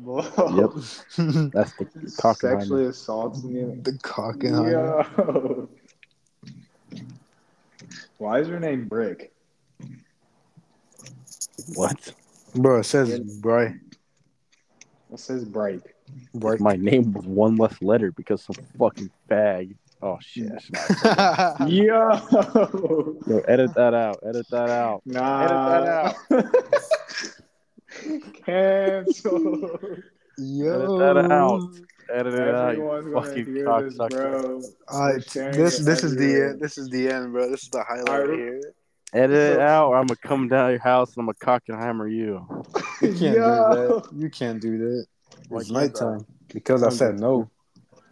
S2: Whoa.
S1: the
S3: That's the cock behind
S2: Sexually assaulting you.
S1: cock and yeah.
S2: Yo. Why is your name Brick?
S3: me. What?
S1: bro. It says bright,
S2: It says Bright.
S1: bright.
S3: My name was one less letter because some fucking fag. Oh shit. I should not-
S2: Yo.
S3: Yo, edit that out. Edit that out.
S2: Nah. Edit that out. Cancel.
S1: Yo,
S3: Edit that out. Edit it out. you
S2: Everyone's gonna
S3: fucking
S2: hear this,
S3: cocksucker.
S2: bro.
S1: All right,
S2: Sharing
S1: this
S2: it
S1: this is the
S2: everywhere.
S1: end. This is the end, bro. This is the highlight
S2: All right.
S1: here.
S3: Edit it out, or I'm gonna come down to your house and I'm gonna cock and hammer you.
S1: You can't do
S2: Yo.
S1: that. You can't do that. It's
S2: Why can't
S1: nighttime because I said no.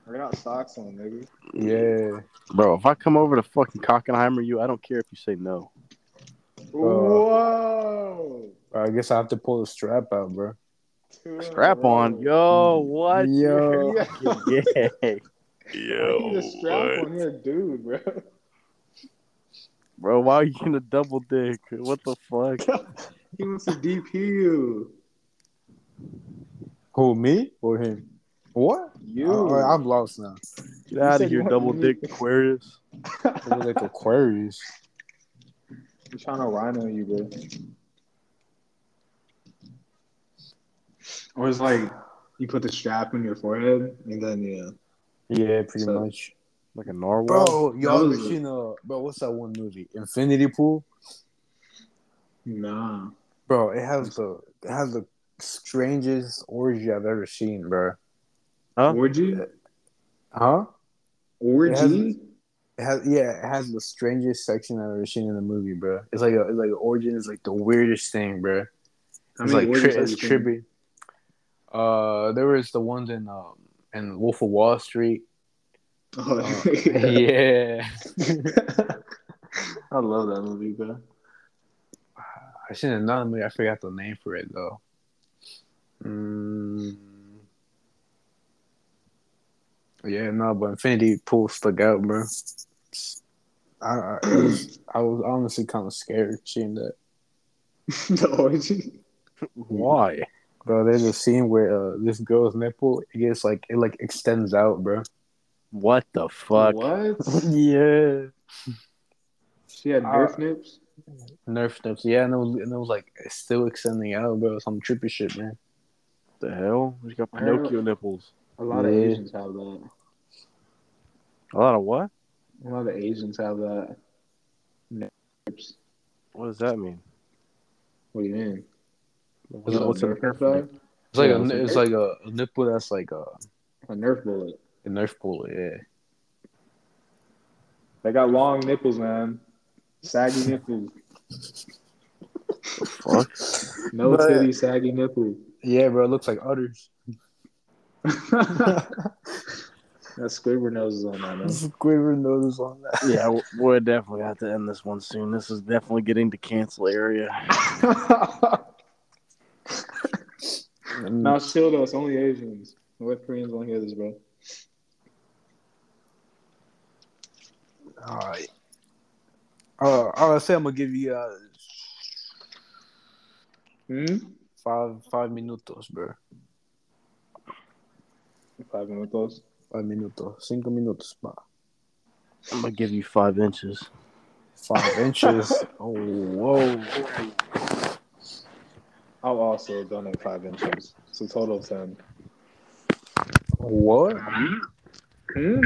S2: We're not socks on, nigga.
S1: Yeah,
S3: Bro, if I come over to fucking cock and hammer you, I don't care if you say no.
S2: Uh, Whoa.
S1: Bro, I guess I have to pull the strap out, bro.
S2: Two in a
S3: Strap
S2: row.
S3: on. Yo, what?
S1: Yo,
S2: Yeah.
S3: Yeah.
S2: You need a strap on your dude, bro.
S3: Bro, why are you in a double dick? What the fuck?
S2: He wants to DP you.
S1: who me or him? What?
S2: You.
S1: All right, I'm lost now.
S3: Get out
S2: said
S3: of here,
S2: what?
S3: double dick Aquarius.
S1: I look like Aquarius.
S2: I'm trying to rhino you, bro. Or it's like you put the strap in your forehead and then yeah.
S1: Yeah, pretty
S2: So-
S1: much.
S3: Like a narwhal.
S1: Bro,
S2: that
S1: y'all ever
S2: was a-
S1: seen uh bro, what's that one movie? Infinity Pool?
S2: Nah.
S1: Bro, it has the it has the strangest orgy I've ever seen, bro.
S3: Huh?
S2: Orgy?
S1: Huh? It
S2: Orgy?
S1: has- It has yeah, it has the strangest section I've ever seen in the movie, bro. It's like a it's like an origin is like the weirdest thing, bro.
S2: I
S1: It's like tri- it's trippy. Uh there was the ones in um in Wolf of Wall Street.
S2: Oh,
S1: yeah.
S2: yeah. I love that movie, bro.
S1: I seen another movie, I forgot the name for it though. Mm. Yeah, no, but Infinity Pool stuck out, bro. I I, it was, I was honestly kind of scared seeing that,
S2: the orgy.
S3: Why?
S1: bro. There's a scene where uh, this girl's nipple it gets like it like extends out, bro.
S3: What the fuck?
S2: What?
S1: yeah,
S2: She had
S1: Uh,
S2: Nerf nips.
S1: Nerf nips. Yeah, and it was and it was like it's still extending out, bro. Some trippy shit, man.
S3: the hell? He's got
S2: I heard-
S3: Pinocchio nipples.
S2: A lot of
S1: yeah.
S2: Asians have that.
S3: A lot of what?
S2: A lot of Asians have that. Nerf chips.
S3: What does that mean?
S2: What do you mean?
S1: Is it- what's
S2: a Nerf bag?
S1: It's like
S2: Yeah, it's
S1: a
S2: a
S1: it's
S2: Nerf.
S1: like a, a nipple that's like a,
S2: A Nerf bullet.
S1: a Nerf bullet. Yeah.
S2: They got long nipples, man. Saggy nipples.
S3: Fuck.
S2: No
S1: But-
S2: titty, saggy nipple.
S1: Yeah, bro. It looks like udders.
S2: that Squidward nose is on that, man.
S1: Squidward noses on that.
S3: yeah, w- we're definitely gonna have to end this one soon. This is definitely getting to cancel area.
S2: now chill though, it's only Asians. North Koreans don't hear this, bro.
S1: All right. Uh, I'll say I'm gonna give you uh,
S2: Hmm?
S1: five five minutos, bro.
S2: Five minutos.
S1: Five minutos, cinco minutos, ma.
S3: I'm gonna give you five inches.
S1: Five inches. Oh, whoa.
S2: I'll also donate five inches. It's a total of ten.
S1: What?
S2: Hmm?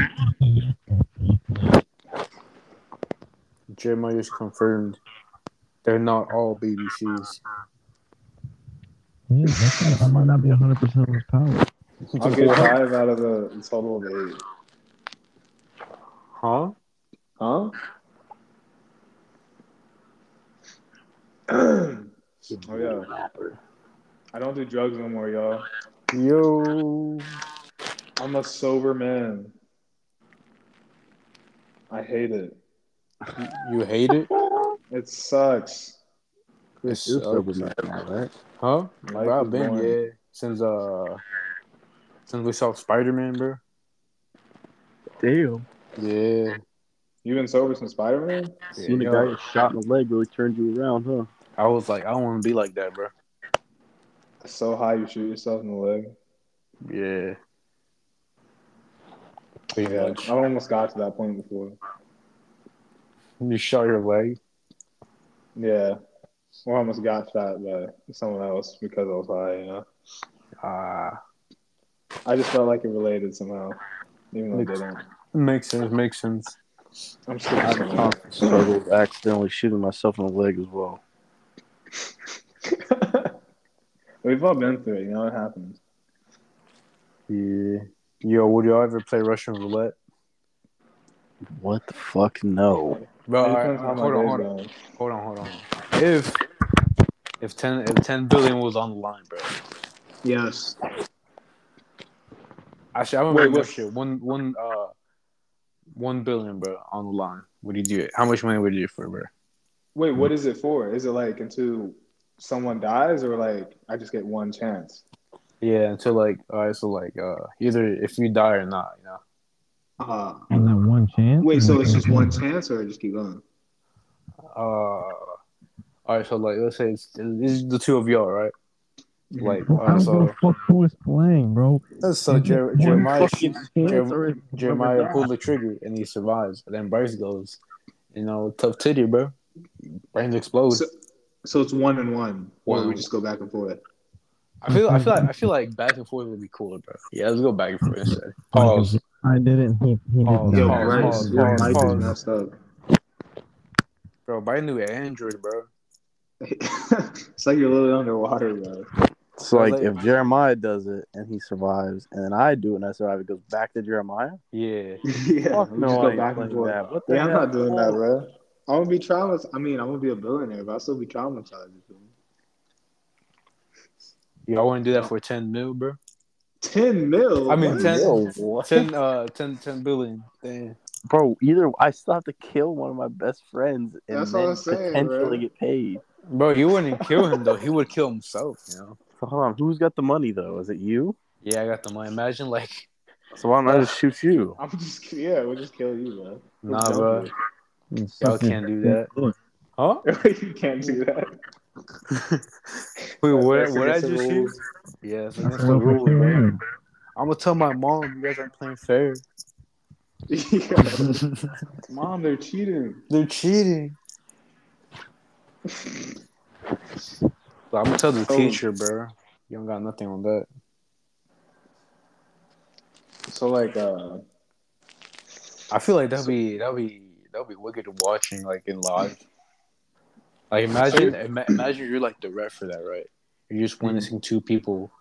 S1: Jeremiah just confirmed they're not all BBCs.
S5: Yeah, that's- that might not be 100% of his power.
S2: I'll get five out of the total of eight.
S1: Huh?
S2: Huh? oh yeah. I don't do drugs no more, y'all.
S1: Yo.
S2: I'm a sober man. I hate it.
S1: You hate it?
S2: It sucks.
S1: It
S5: You're
S1: sucks.
S5: man now, right?
S1: Huh?
S2: Life
S1: Bro,
S2: is
S1: I've been
S2: boring.
S1: yeah since uh since we saw Spider Man, bro.
S3: Damn.
S1: Yeah.
S2: You've been sober since Spider Man?
S1: Yeah,
S5: Seeing a
S1: yo,
S5: guy get shot in the leg really turned you around, huh?
S1: I was like, I don't want to be like that, bro.
S2: So high you shoot yourself in the leg.
S1: Yeah. Pretty
S2: Yeah.
S1: much.
S2: I almost got to that point before.
S1: You shot your leg.
S2: Yeah. Or I almost got shot by someone else because I was high, you know.
S1: Ah,
S2: I just felt like it related somehow. Even though it didn't.
S1: makes sense. Makes sense.
S2: I'm sure.
S3: I struggled with accidentally shooting myself in the leg as well.
S2: We've all been through it, you know it happens.
S1: Yeah. Yo, would y'all ever play Russian roulette?
S3: What the fuck? No.
S1: Bro,
S2: It
S1: all right,
S2: depends how my
S1: hold on,
S2: day's
S1: hold on,
S2: going.
S1: hold on, hold on. If if ten if ten billion was on the line, bro.
S2: Yes.
S1: Actually, I
S2: Wait,
S1: remember
S2: what-
S1: that shit. One one uh one billion, bro, on the line. Would you do it? How much money would you do it for, bro?
S2: Wait, what is it for? Is it like until someone dies or like I just get one chance?
S1: Yeah, until like, all right, so like, uh, either if you die or not, you know.
S2: Uh,
S5: And that one chance.
S2: wait, so
S5: like,
S2: it's just one chance or I just keep going?
S1: Uh, all right, so like, let's say it's, it's the two of y'all, right?
S2: Mm-hmm.
S1: Like, all
S5: I
S1: right,
S5: don't give
S1: so
S5: a fuck who is playing, bro.
S1: so Jer-
S5: One
S1: Jeremiah
S5: fucking chance
S1: Jer-
S5: or it's
S1: Jeremiah
S5: whoever
S1: pulled the trigger and he survives, and then Bryce goes, you know, tough titty, bro. Brains explodes.
S2: So, so it's one and one,
S1: One
S2: or we
S1: and-
S2: just go back and forth.
S1: I feel, I feel like, I feel like back and forth would be cooler, bro. Yeah, let's go back and forth instead. Pause.
S5: dies. I didn't. He, he
S1: Oh,
S5: didn't.
S2: Yo,
S1: Pause,
S2: Bryce,
S1: pause,
S2: your
S1: pause,
S2: mic
S1: pause.
S2: is messed up.
S1: Bro, Bryce knew Android, bro.
S2: it's like you're literally underwater, bro.
S3: It's like, if Jeremiah does it and he survives, and then I do it and I survive, it goes back to Jeremiah.
S1: Yeah.
S2: yeah,
S3: Fuck
S2: we just
S3: no, I
S2: go
S3: ain't
S2: back and
S3: playing
S2: forth.
S3: that. What the
S2: Yeah, I'm
S3: hell?
S2: not doing that, bro. I'm gonna be traumatized. I mean, I'm gonna be a billionaire, but I'll still be traumatized. you feel me?
S1: Y'all want to do that for 10 mil, bro?
S2: Ten mil.
S1: I mean,
S2: What?
S1: ten-
S3: Yo, what?
S1: 10, uh, 10, 10 billion. Damn.
S3: bro. Either I still have to kill one of my best friends and
S2: That's what
S3: then
S2: I'm saying,
S3: potentially
S2: bro.
S3: get paid.
S1: Bro, you wouldn't kill him, though. He would kill himself, you know?
S3: So hold on, who's got the money though? Is it you?
S1: Yeah, I got the money. Imagine, like,
S3: So why don't I just shoot you?
S2: I'm just yeah, we'll just kill you, bro. We'll
S1: nah,
S2: dump
S1: bro. Y'all can't do that.
S5: Look,
S1: Huh?
S2: you. you can't do that.
S1: Wait, what,
S2: That's
S1: what I
S2: against the
S1: just
S2: rules.
S1: used? Yeah, that's against
S5: that's
S1: the
S5: what we're
S1: rules, bro.
S5: doing.
S1: I'm gonna tell my mom you guys aren't playing fair.
S2: Yeah. Mom, they're cheating.
S1: They're cheating. I'm gonna tell the
S2: So-
S1: teacher, bro. You don't got nothing on that.
S2: So like, uh,
S1: I feel like that'd be that'd be that'd be wicked watching like in live. Like imagine, Mm-hmm. ima- imagine you're like the ref for that, right? You're just witnessing two people.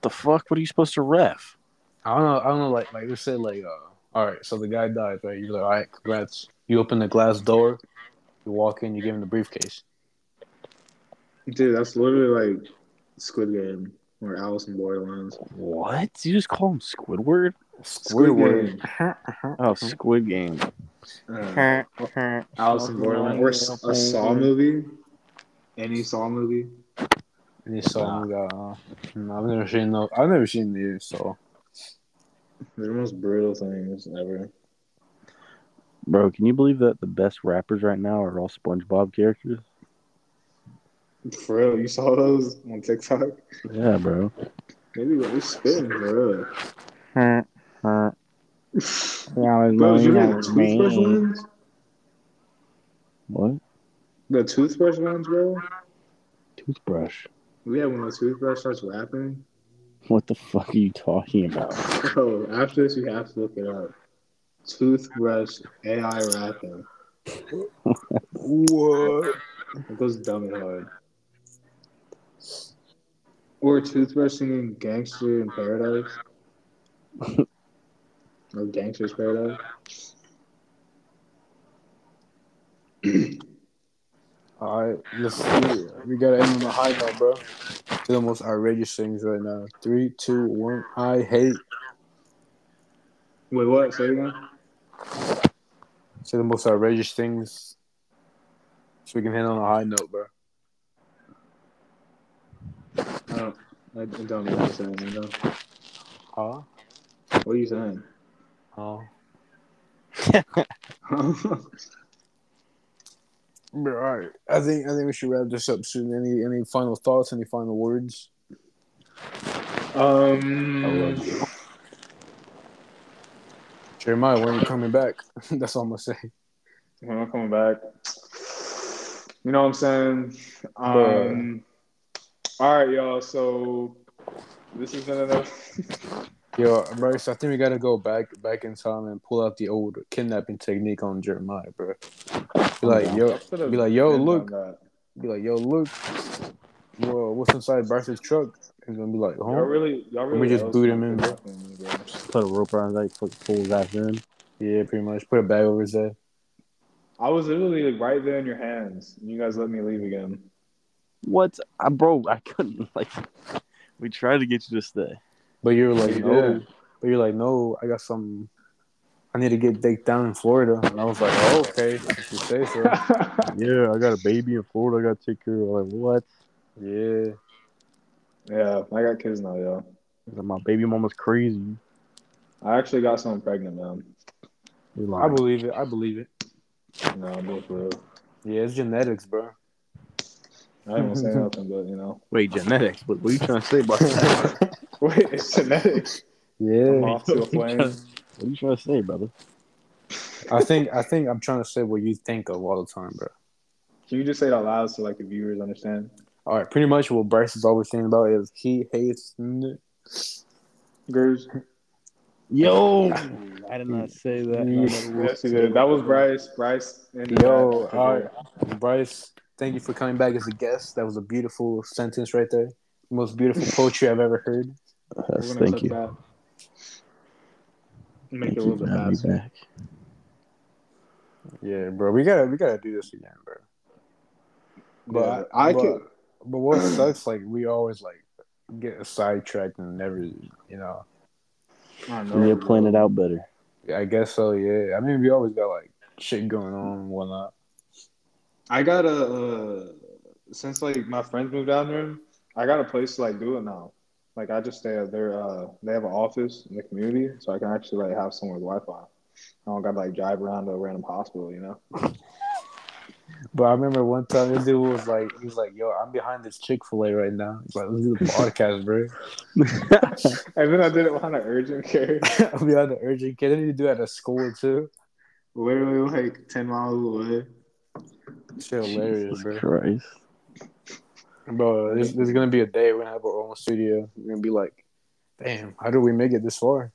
S3: The fuck? What are you supposed to ref?
S1: I don't know. I don't know. Like like we said, like uh, all right. So the guy dies, right? You're like, all right, congrats. You open the glass door, you walk in, you give him the briefcase.
S2: Dude, that's literally like Squid Game or Alice in Borderlands.
S3: What? You just call him Squidward?
S2: Squid Game.
S3: Oh, Squid Game.
S2: Uh,
S3: Alice
S2: Alice in Borderlands. Or s- a Saw movie. Any Saw movie.
S1: And this song, uh, no, I've never seen no, I've never seen this. So
S2: They're the most brutal things ever.
S3: Bro, can you believe that the best rappers right now are all SpongeBob characters?
S2: For real, you saw those on TikTok?
S3: Yeah, bro.
S2: Maybe we're spitting, bro.
S3: Bro,
S2: Bro, you know the toothbrush ones?
S3: What?
S2: The toothbrush ones, bro?
S3: Toothbrush.
S2: Yeah, when the toothbrush starts rapping.
S3: What the fuck are you talking about?
S2: Bro, after this, you have to look it up. Toothbrush AI rapping.
S1: what?
S2: It goes dumb and hard. Or toothbrush singing Gangster in Paradise. no, Gangster's Paradise.
S1: All right, let's see. We gotta end on a high note, bro. They're the most outrageous things right now. Three, two, one. I hate.
S2: Wait, what? Say it again?
S1: Say the most outrageous things. So we can end on a high note, bro.
S2: I don't, Oh, I don't know what you're saying. I don't-
S1: Huh?
S2: What are you saying?
S3: Oh.
S1: Huh?
S2: I
S1: Bro, all right. I think I think we should wrap this up soon. Any any final thoughts? Any final words?
S2: Um,
S1: love Jeremiah, when are you coming back? That's all I'm gonna say.
S2: when I'm coming back, you know what I'm saying? Um, all right, y'all. So this is another.
S1: Yo, Bryce, I think we gotta go back back in time and pull out the old kidnapping technique on Jeremiah, bro. Be like, yo, be like, yo, look, be like, yo, look. Whoa, what's inside Bryce's truck? He's gonna be like,
S2: Y'all
S1: huh?
S2: really, y'all
S1: Let me
S2: really
S1: just
S2: know
S1: boot him in,
S2: something about me, bro.
S3: Put a rope around his neck, fucking pull his ass in.
S1: Yeah, pretty much. Put a bag over his head.
S2: I was literally right there in your hands. and You guys let me leave again.
S3: What? I, bro, I couldn't. Like, we tried to get you to stay.
S1: But you're like,
S2: You
S1: no.
S2: did.
S1: But you're like, no. I got some. I need to get dick down in Florida, and I was like, oh, okay, if you say so.
S3: Yeah, I got a baby in Florida. I got to take care of. Like, what?
S1: yeah.
S2: yeah, I got kids now, y'all.
S3: My baby mama's crazy.
S2: I actually got someone pregnant, man.
S3: You're
S1: I
S3: lying.
S1: believe it. I believe it.
S2: No, I'm being for real.
S1: Yeah, it's genetics, bro.
S2: I didn't want to say nothing, but you know.
S3: Wait, genetics. What, what are you trying to say about that?
S2: Wait, it's genetics. I'm
S1: Yeah.
S2: off to a flame.
S3: what are you trying to say, brother?
S1: I think I think I'm trying to say what you think of all the time, bro.
S2: Can you just say it out loud so like the viewers understand?
S1: All right, pretty much what Bryce is always thinking about is he hates. n-
S2: Girls.
S3: Yo, I did not say
S2: Yes, you did. That was Bryce. Bryce. And
S1: Yo, all right, Bryce, thank you for coming back as a guest. That was a beautiful sentence right there. Most beautiful poetry I've ever heard.
S2: We're gonna
S3: thank
S2: cut
S3: you.
S2: that. Make
S3: Thank
S2: it a
S3: you
S2: little
S3: for
S2: bit
S3: having me
S2: faster.
S3: back.
S1: Yeah, bro, we gotta we gotta do this again, bro. But
S2: Yeah, I
S1: but,
S2: could-
S1: But what sucks, like we always like get sidetracked and never, you know.
S2: I don't know.
S3: We're playing it out better.
S1: I guess so. Yeah, I mean, we always got like shit going on and whatnot.
S2: I got a uh, since like my friends moved down here, I got a place to like do it now. Like I just stay at their uh they have an office in the community, so I can actually like have somewhere with Wi Fi. I don't gotta like drive around to a random hospital, you know.
S1: But I remember one time this dude was like, he was like, "Yo, I'm behind this Chick Fil A right now." He's like, "Let's do the podcast, bro."
S2: And then I did it behind an urgent care.
S1: I'm behind the urgent care. Didn't you do that at school too?
S2: Literally like ten miles away.
S1: Shit, hilarious,
S3: Jesus
S1: bro.
S3: Christ.
S1: Bro, there's, there's gonna be a day we're gonna have our own studio. We're gonna be like, "Damn, how did we make it this far?"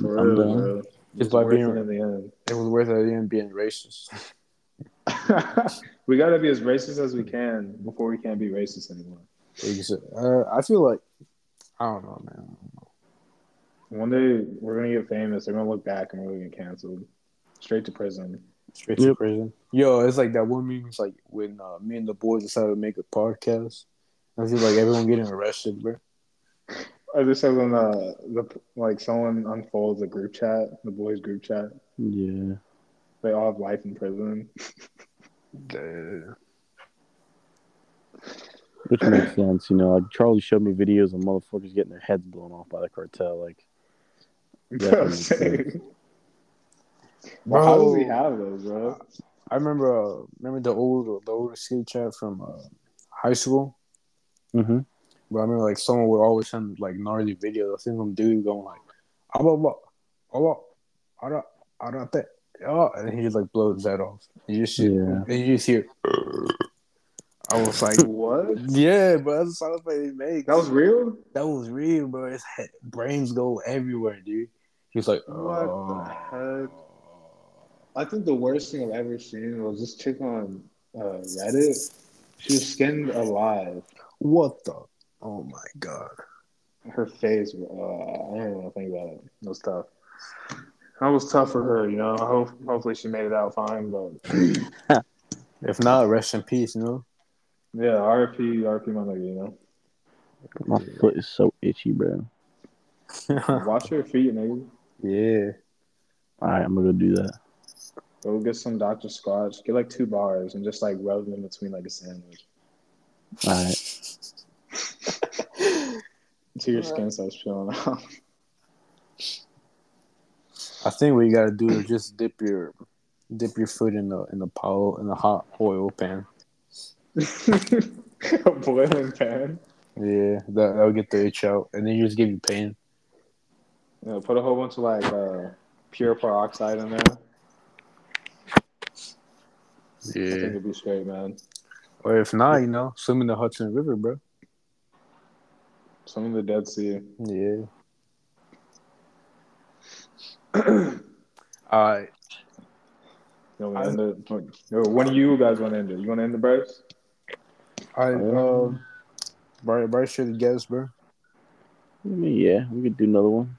S2: For
S3: I'm
S2: real,
S3: done.
S2: bro.
S1: Just by
S2: worth
S1: being-
S2: it in the end.
S1: It was worth it in being racist.
S2: We gotta be as racist as we can before we can't be racist anymore.
S1: Ex- Uh, I feel like I don't know, man.
S2: One day we're gonna get famous. They're gonna look back and we're gonna get canceled. Straight to prison.
S1: Straight to
S3: Yep.
S1: prison. Yo, it's like that one meme. It's like when uh, me and the boys decided to make a podcast. I feel like everyone getting arrested, bro.
S2: I just said when the, the like someone unfolds a group chat, the boys group chat,
S3: Yeah.
S2: they all have life in prison.
S3: Which makes sense, you know. Like Charlie showed me videos of motherfuckers getting their heads blown off by the cartel. Like,
S2: Bro,
S3: makes sense.
S2: same.
S1: Bro.
S2: How does he have those, bro?
S1: I remember, uh, remember the old, the old skate chat from uh, high school.
S2: Mm-hmm.
S3: Mhm.
S1: But I remember, like, someone would always send like gnarly videos. I seen some dude going like, "Ah, "I'm a lot, I'm a, I don't, I don't think." Oh, and he just like blows that off. You just hear,
S3: Yeah.
S1: and you just hear. I was like,
S2: What?
S1: "Yeah, but that's the sound effect they make."
S2: That was real?
S1: that was real, bro. His head, brains go everywhere, dude. He was like,
S2: What
S1: "Oh."
S2: the heck? I think the worst thing I've ever seen was this chick on uh, Reddit. She was skinned alive.
S1: What the? Oh my god.
S2: Her face, uh, I don't even want to think about it. It was tough. That was tough for her, you know. I hope, hopefully, she made it out fine. But
S1: If not, rest in peace, you know?
S2: yeah, RP, RP, my nigga, you know.
S3: my foot is so itchy, bro.
S2: Wash your feet, nigga.
S1: yeah.
S3: All right, I'm gonna go do that.
S2: Go get some Dr. Scotch. Get like two bars and just like rub them between like a sandwich
S3: All right,
S2: until your skin starts peeling off.
S1: I think what you gotta do is just dip your dip your foot in the in the pile in the hot oil pan.
S2: a boiling pan.
S1: Yeah, that that'll get the itch out. And then you just give you pain.
S2: You know, put a whole bunch of like uh, pure peroxide in there. I think it'd be straight, man.
S1: Or if not, you know, swim in the Hudson River, bro.
S2: Some of the Dead Sea.
S1: Yeah. All right.
S2: You want to end it? Yo, When do you guys want to end it? You want to end the Bryce?
S1: All right. Um, Bryce, Bryce should have guessed, bro.
S3: I mean, yeah, we could do another one.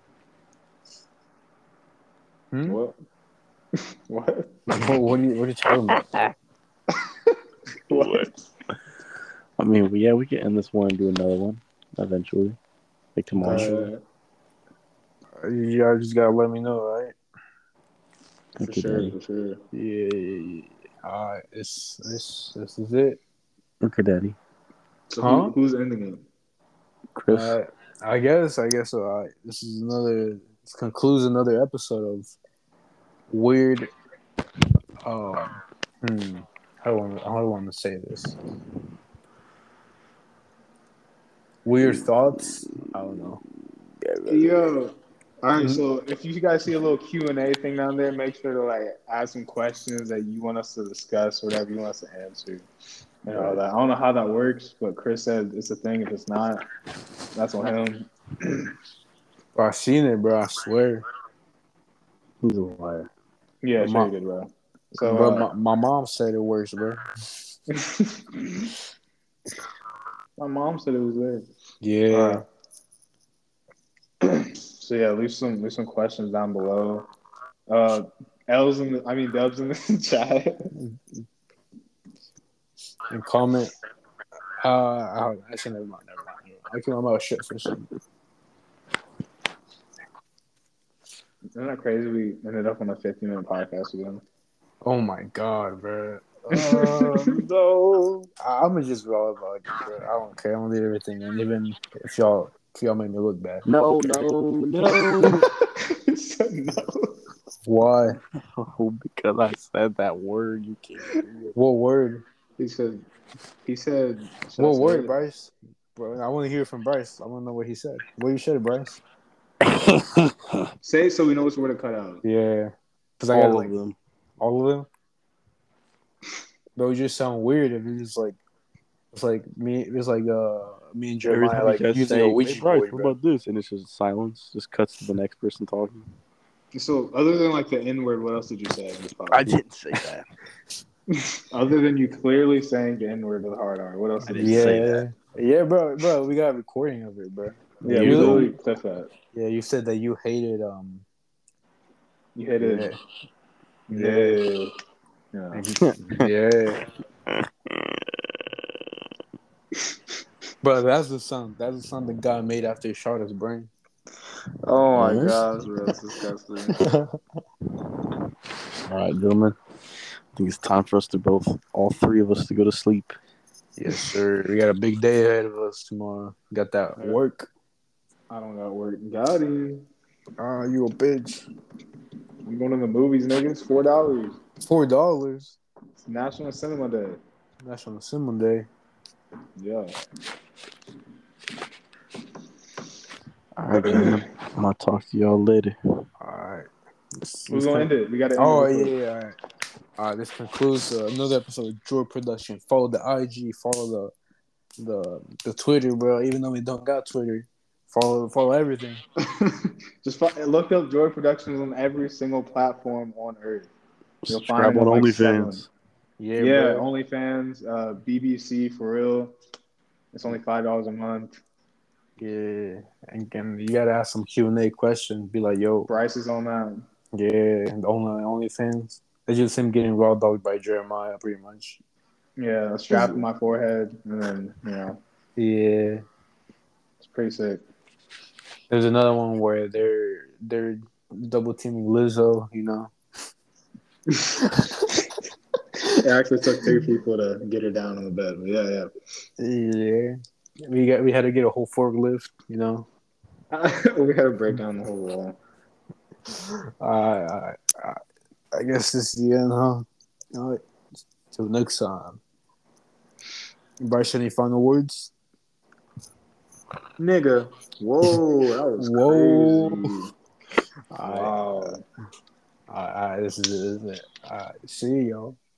S1: Hmm?
S2: What? what?
S1: what, what, are you, what are you talking about?
S2: What?
S3: I mean, yeah, we could end this one and do another one eventually, like tomorrow.
S2: Uh,
S1: You all just gotta let me know, all right?
S2: for sure, for sure.
S1: Yeah, yeah, yeah. All right, it's this this is it.
S3: Okay, Daddy,
S2: So
S1: Huh?
S2: who, who's ending it?
S3: Chris.
S1: Uh, I guess, I guess. All right, this is another. This concludes another episode of weird. Um, hmm, how do I want, how do I want to say this? Weird thoughts. I don't know.
S2: Yo. All right, so if you guys see a little Q and A thing down there, make sure to like ask some questions that you want us to discuss, whatever you want us to answer, and all that. I don't know how that works, but Chris said it's a thing. If it's not, that's on him.
S1: Bro, I seen it, bro. I swear.
S3: He's a liar.
S2: Yeah, sure
S1: Mom.
S2: you did, bro. So,
S1: Bro,
S2: uh,
S1: my, my mom said it works, bro.
S2: uh, my mom said it was there.
S1: Yeah.
S2: Alright. so yeah, leave some leave some questions down below. Uh, L's in the, I mean Dubs in the chat.
S1: and comment. Uh, I actually never mind. Never mind. I keep my mouth shut for a second.
S2: Isn't that crazy? We ended up on a 50 minute podcast again.
S1: Oh my god, bro. Uh,
S2: Um,
S1: no, I'm gonna just roll about it, bro. I don't care. I'm gonna leave everything, and even if y'all if y'all make me look bad,
S4: No, no, no.
S2: He said no.
S1: why?
S3: Oh, because I said that word, you can't. do it.
S1: What word?
S2: He said. He said.
S1: What word, Bryce? Bro, I want to hear from Bryce. I want to know what he said. What you said, Bryce?
S2: Say it so we know which word to cut out.
S1: Yeah, because I got
S3: All
S1: like
S3: of them.
S1: all of them. Bro, you just sound weird if you just like. It's like me. It's like uh, me and
S3: Every
S1: Jeremiah
S3: time
S1: like
S3: you just
S1: using
S3: say,
S1: a
S3: "Hey,
S1: Ouija
S3: Bryce,
S1: board.
S3: what
S1: bro.
S3: about this? And it's just silence. Just cuts to the next person talking.
S2: So other than like the N word, what else did you say? In this podcast?
S3: didn't say that.
S2: Other than you clearly saying the N word with a hard R, what else?
S3: I
S2: did
S3: didn't
S2: you say?
S3: say
S1: Yeah,
S3: that.
S1: yeah, bro, bro, we got a recording of it, bro.
S2: Yeah, we
S1: You-
S2: literally clip that.
S1: Yeah, you said that you hated um.
S2: You hit it. Yeah. yeah.
S1: Yeah, yeah. bro, that's the sound. That's the sound that God made after he shot his brain.
S2: Oh
S3: my
S2: my gosh, bro, that's disgusting.
S3: All right, gentlemen. I think it's time for us to both, all three of us, to go to sleep.
S1: Yes, sir. We got a big day ahead of us tomorrow. Got that
S2: Yeah.
S1: work.
S2: I don't got work. Got it.
S1: Ah, you a bitch.
S2: I'm going to the movies, niggas. Four dollars.
S1: Four dollars.
S2: It's National Cinema Day.
S1: National Cinema Day.
S2: Yeah.
S3: All right, gentlemen. I'm gonna talk to y'all later.
S1: All right.
S2: We're gonna end it. We gotta end
S1: Oh
S2: it.
S1: yeah, yeah, all right. All right. This concludes uh, another episode of Joy Production. Follow the IG. Follow the the the Twitter, bro. Even though we don't got Twitter, follow follow everything.
S2: Just fi- look up Joy Productions on every single platform on earth. You'll find
S3: Subscribe
S2: it
S3: on
S2: like
S3: OnlyFans.
S1: Yeah,
S2: Yeah,
S1: bro.
S2: OnlyFans, uh, BBC for real. It's only five dollars a month.
S1: yeah. And, and you gotta ask some Q and A questions. Be like, yo,
S2: Bryce is on that.
S1: yeah, and only OnlyFans. It's just him getting raw dogged by Jeremiah, pretty much.
S2: Yeah, a strap in my forehead, and then you know,
S1: Yeah.
S2: it's pretty sick.
S1: There's another one where they're they're double teaming Lizzo, you know.
S2: It actually took three people to get her down on the bed. But yeah, yeah.
S1: Yeah. We got we had to get a whole forklift, you know.
S2: we gotta break down the whole wall.
S1: I I I, I guess this is the end, huh? All right. Till next time. Bryce, any final words?
S2: Nigga. Whoa, that was
S1: Whoa.
S2: crazy.
S1: All right.
S2: Wow.
S1: All right, all right, this is it. This is it. All right, see y'all.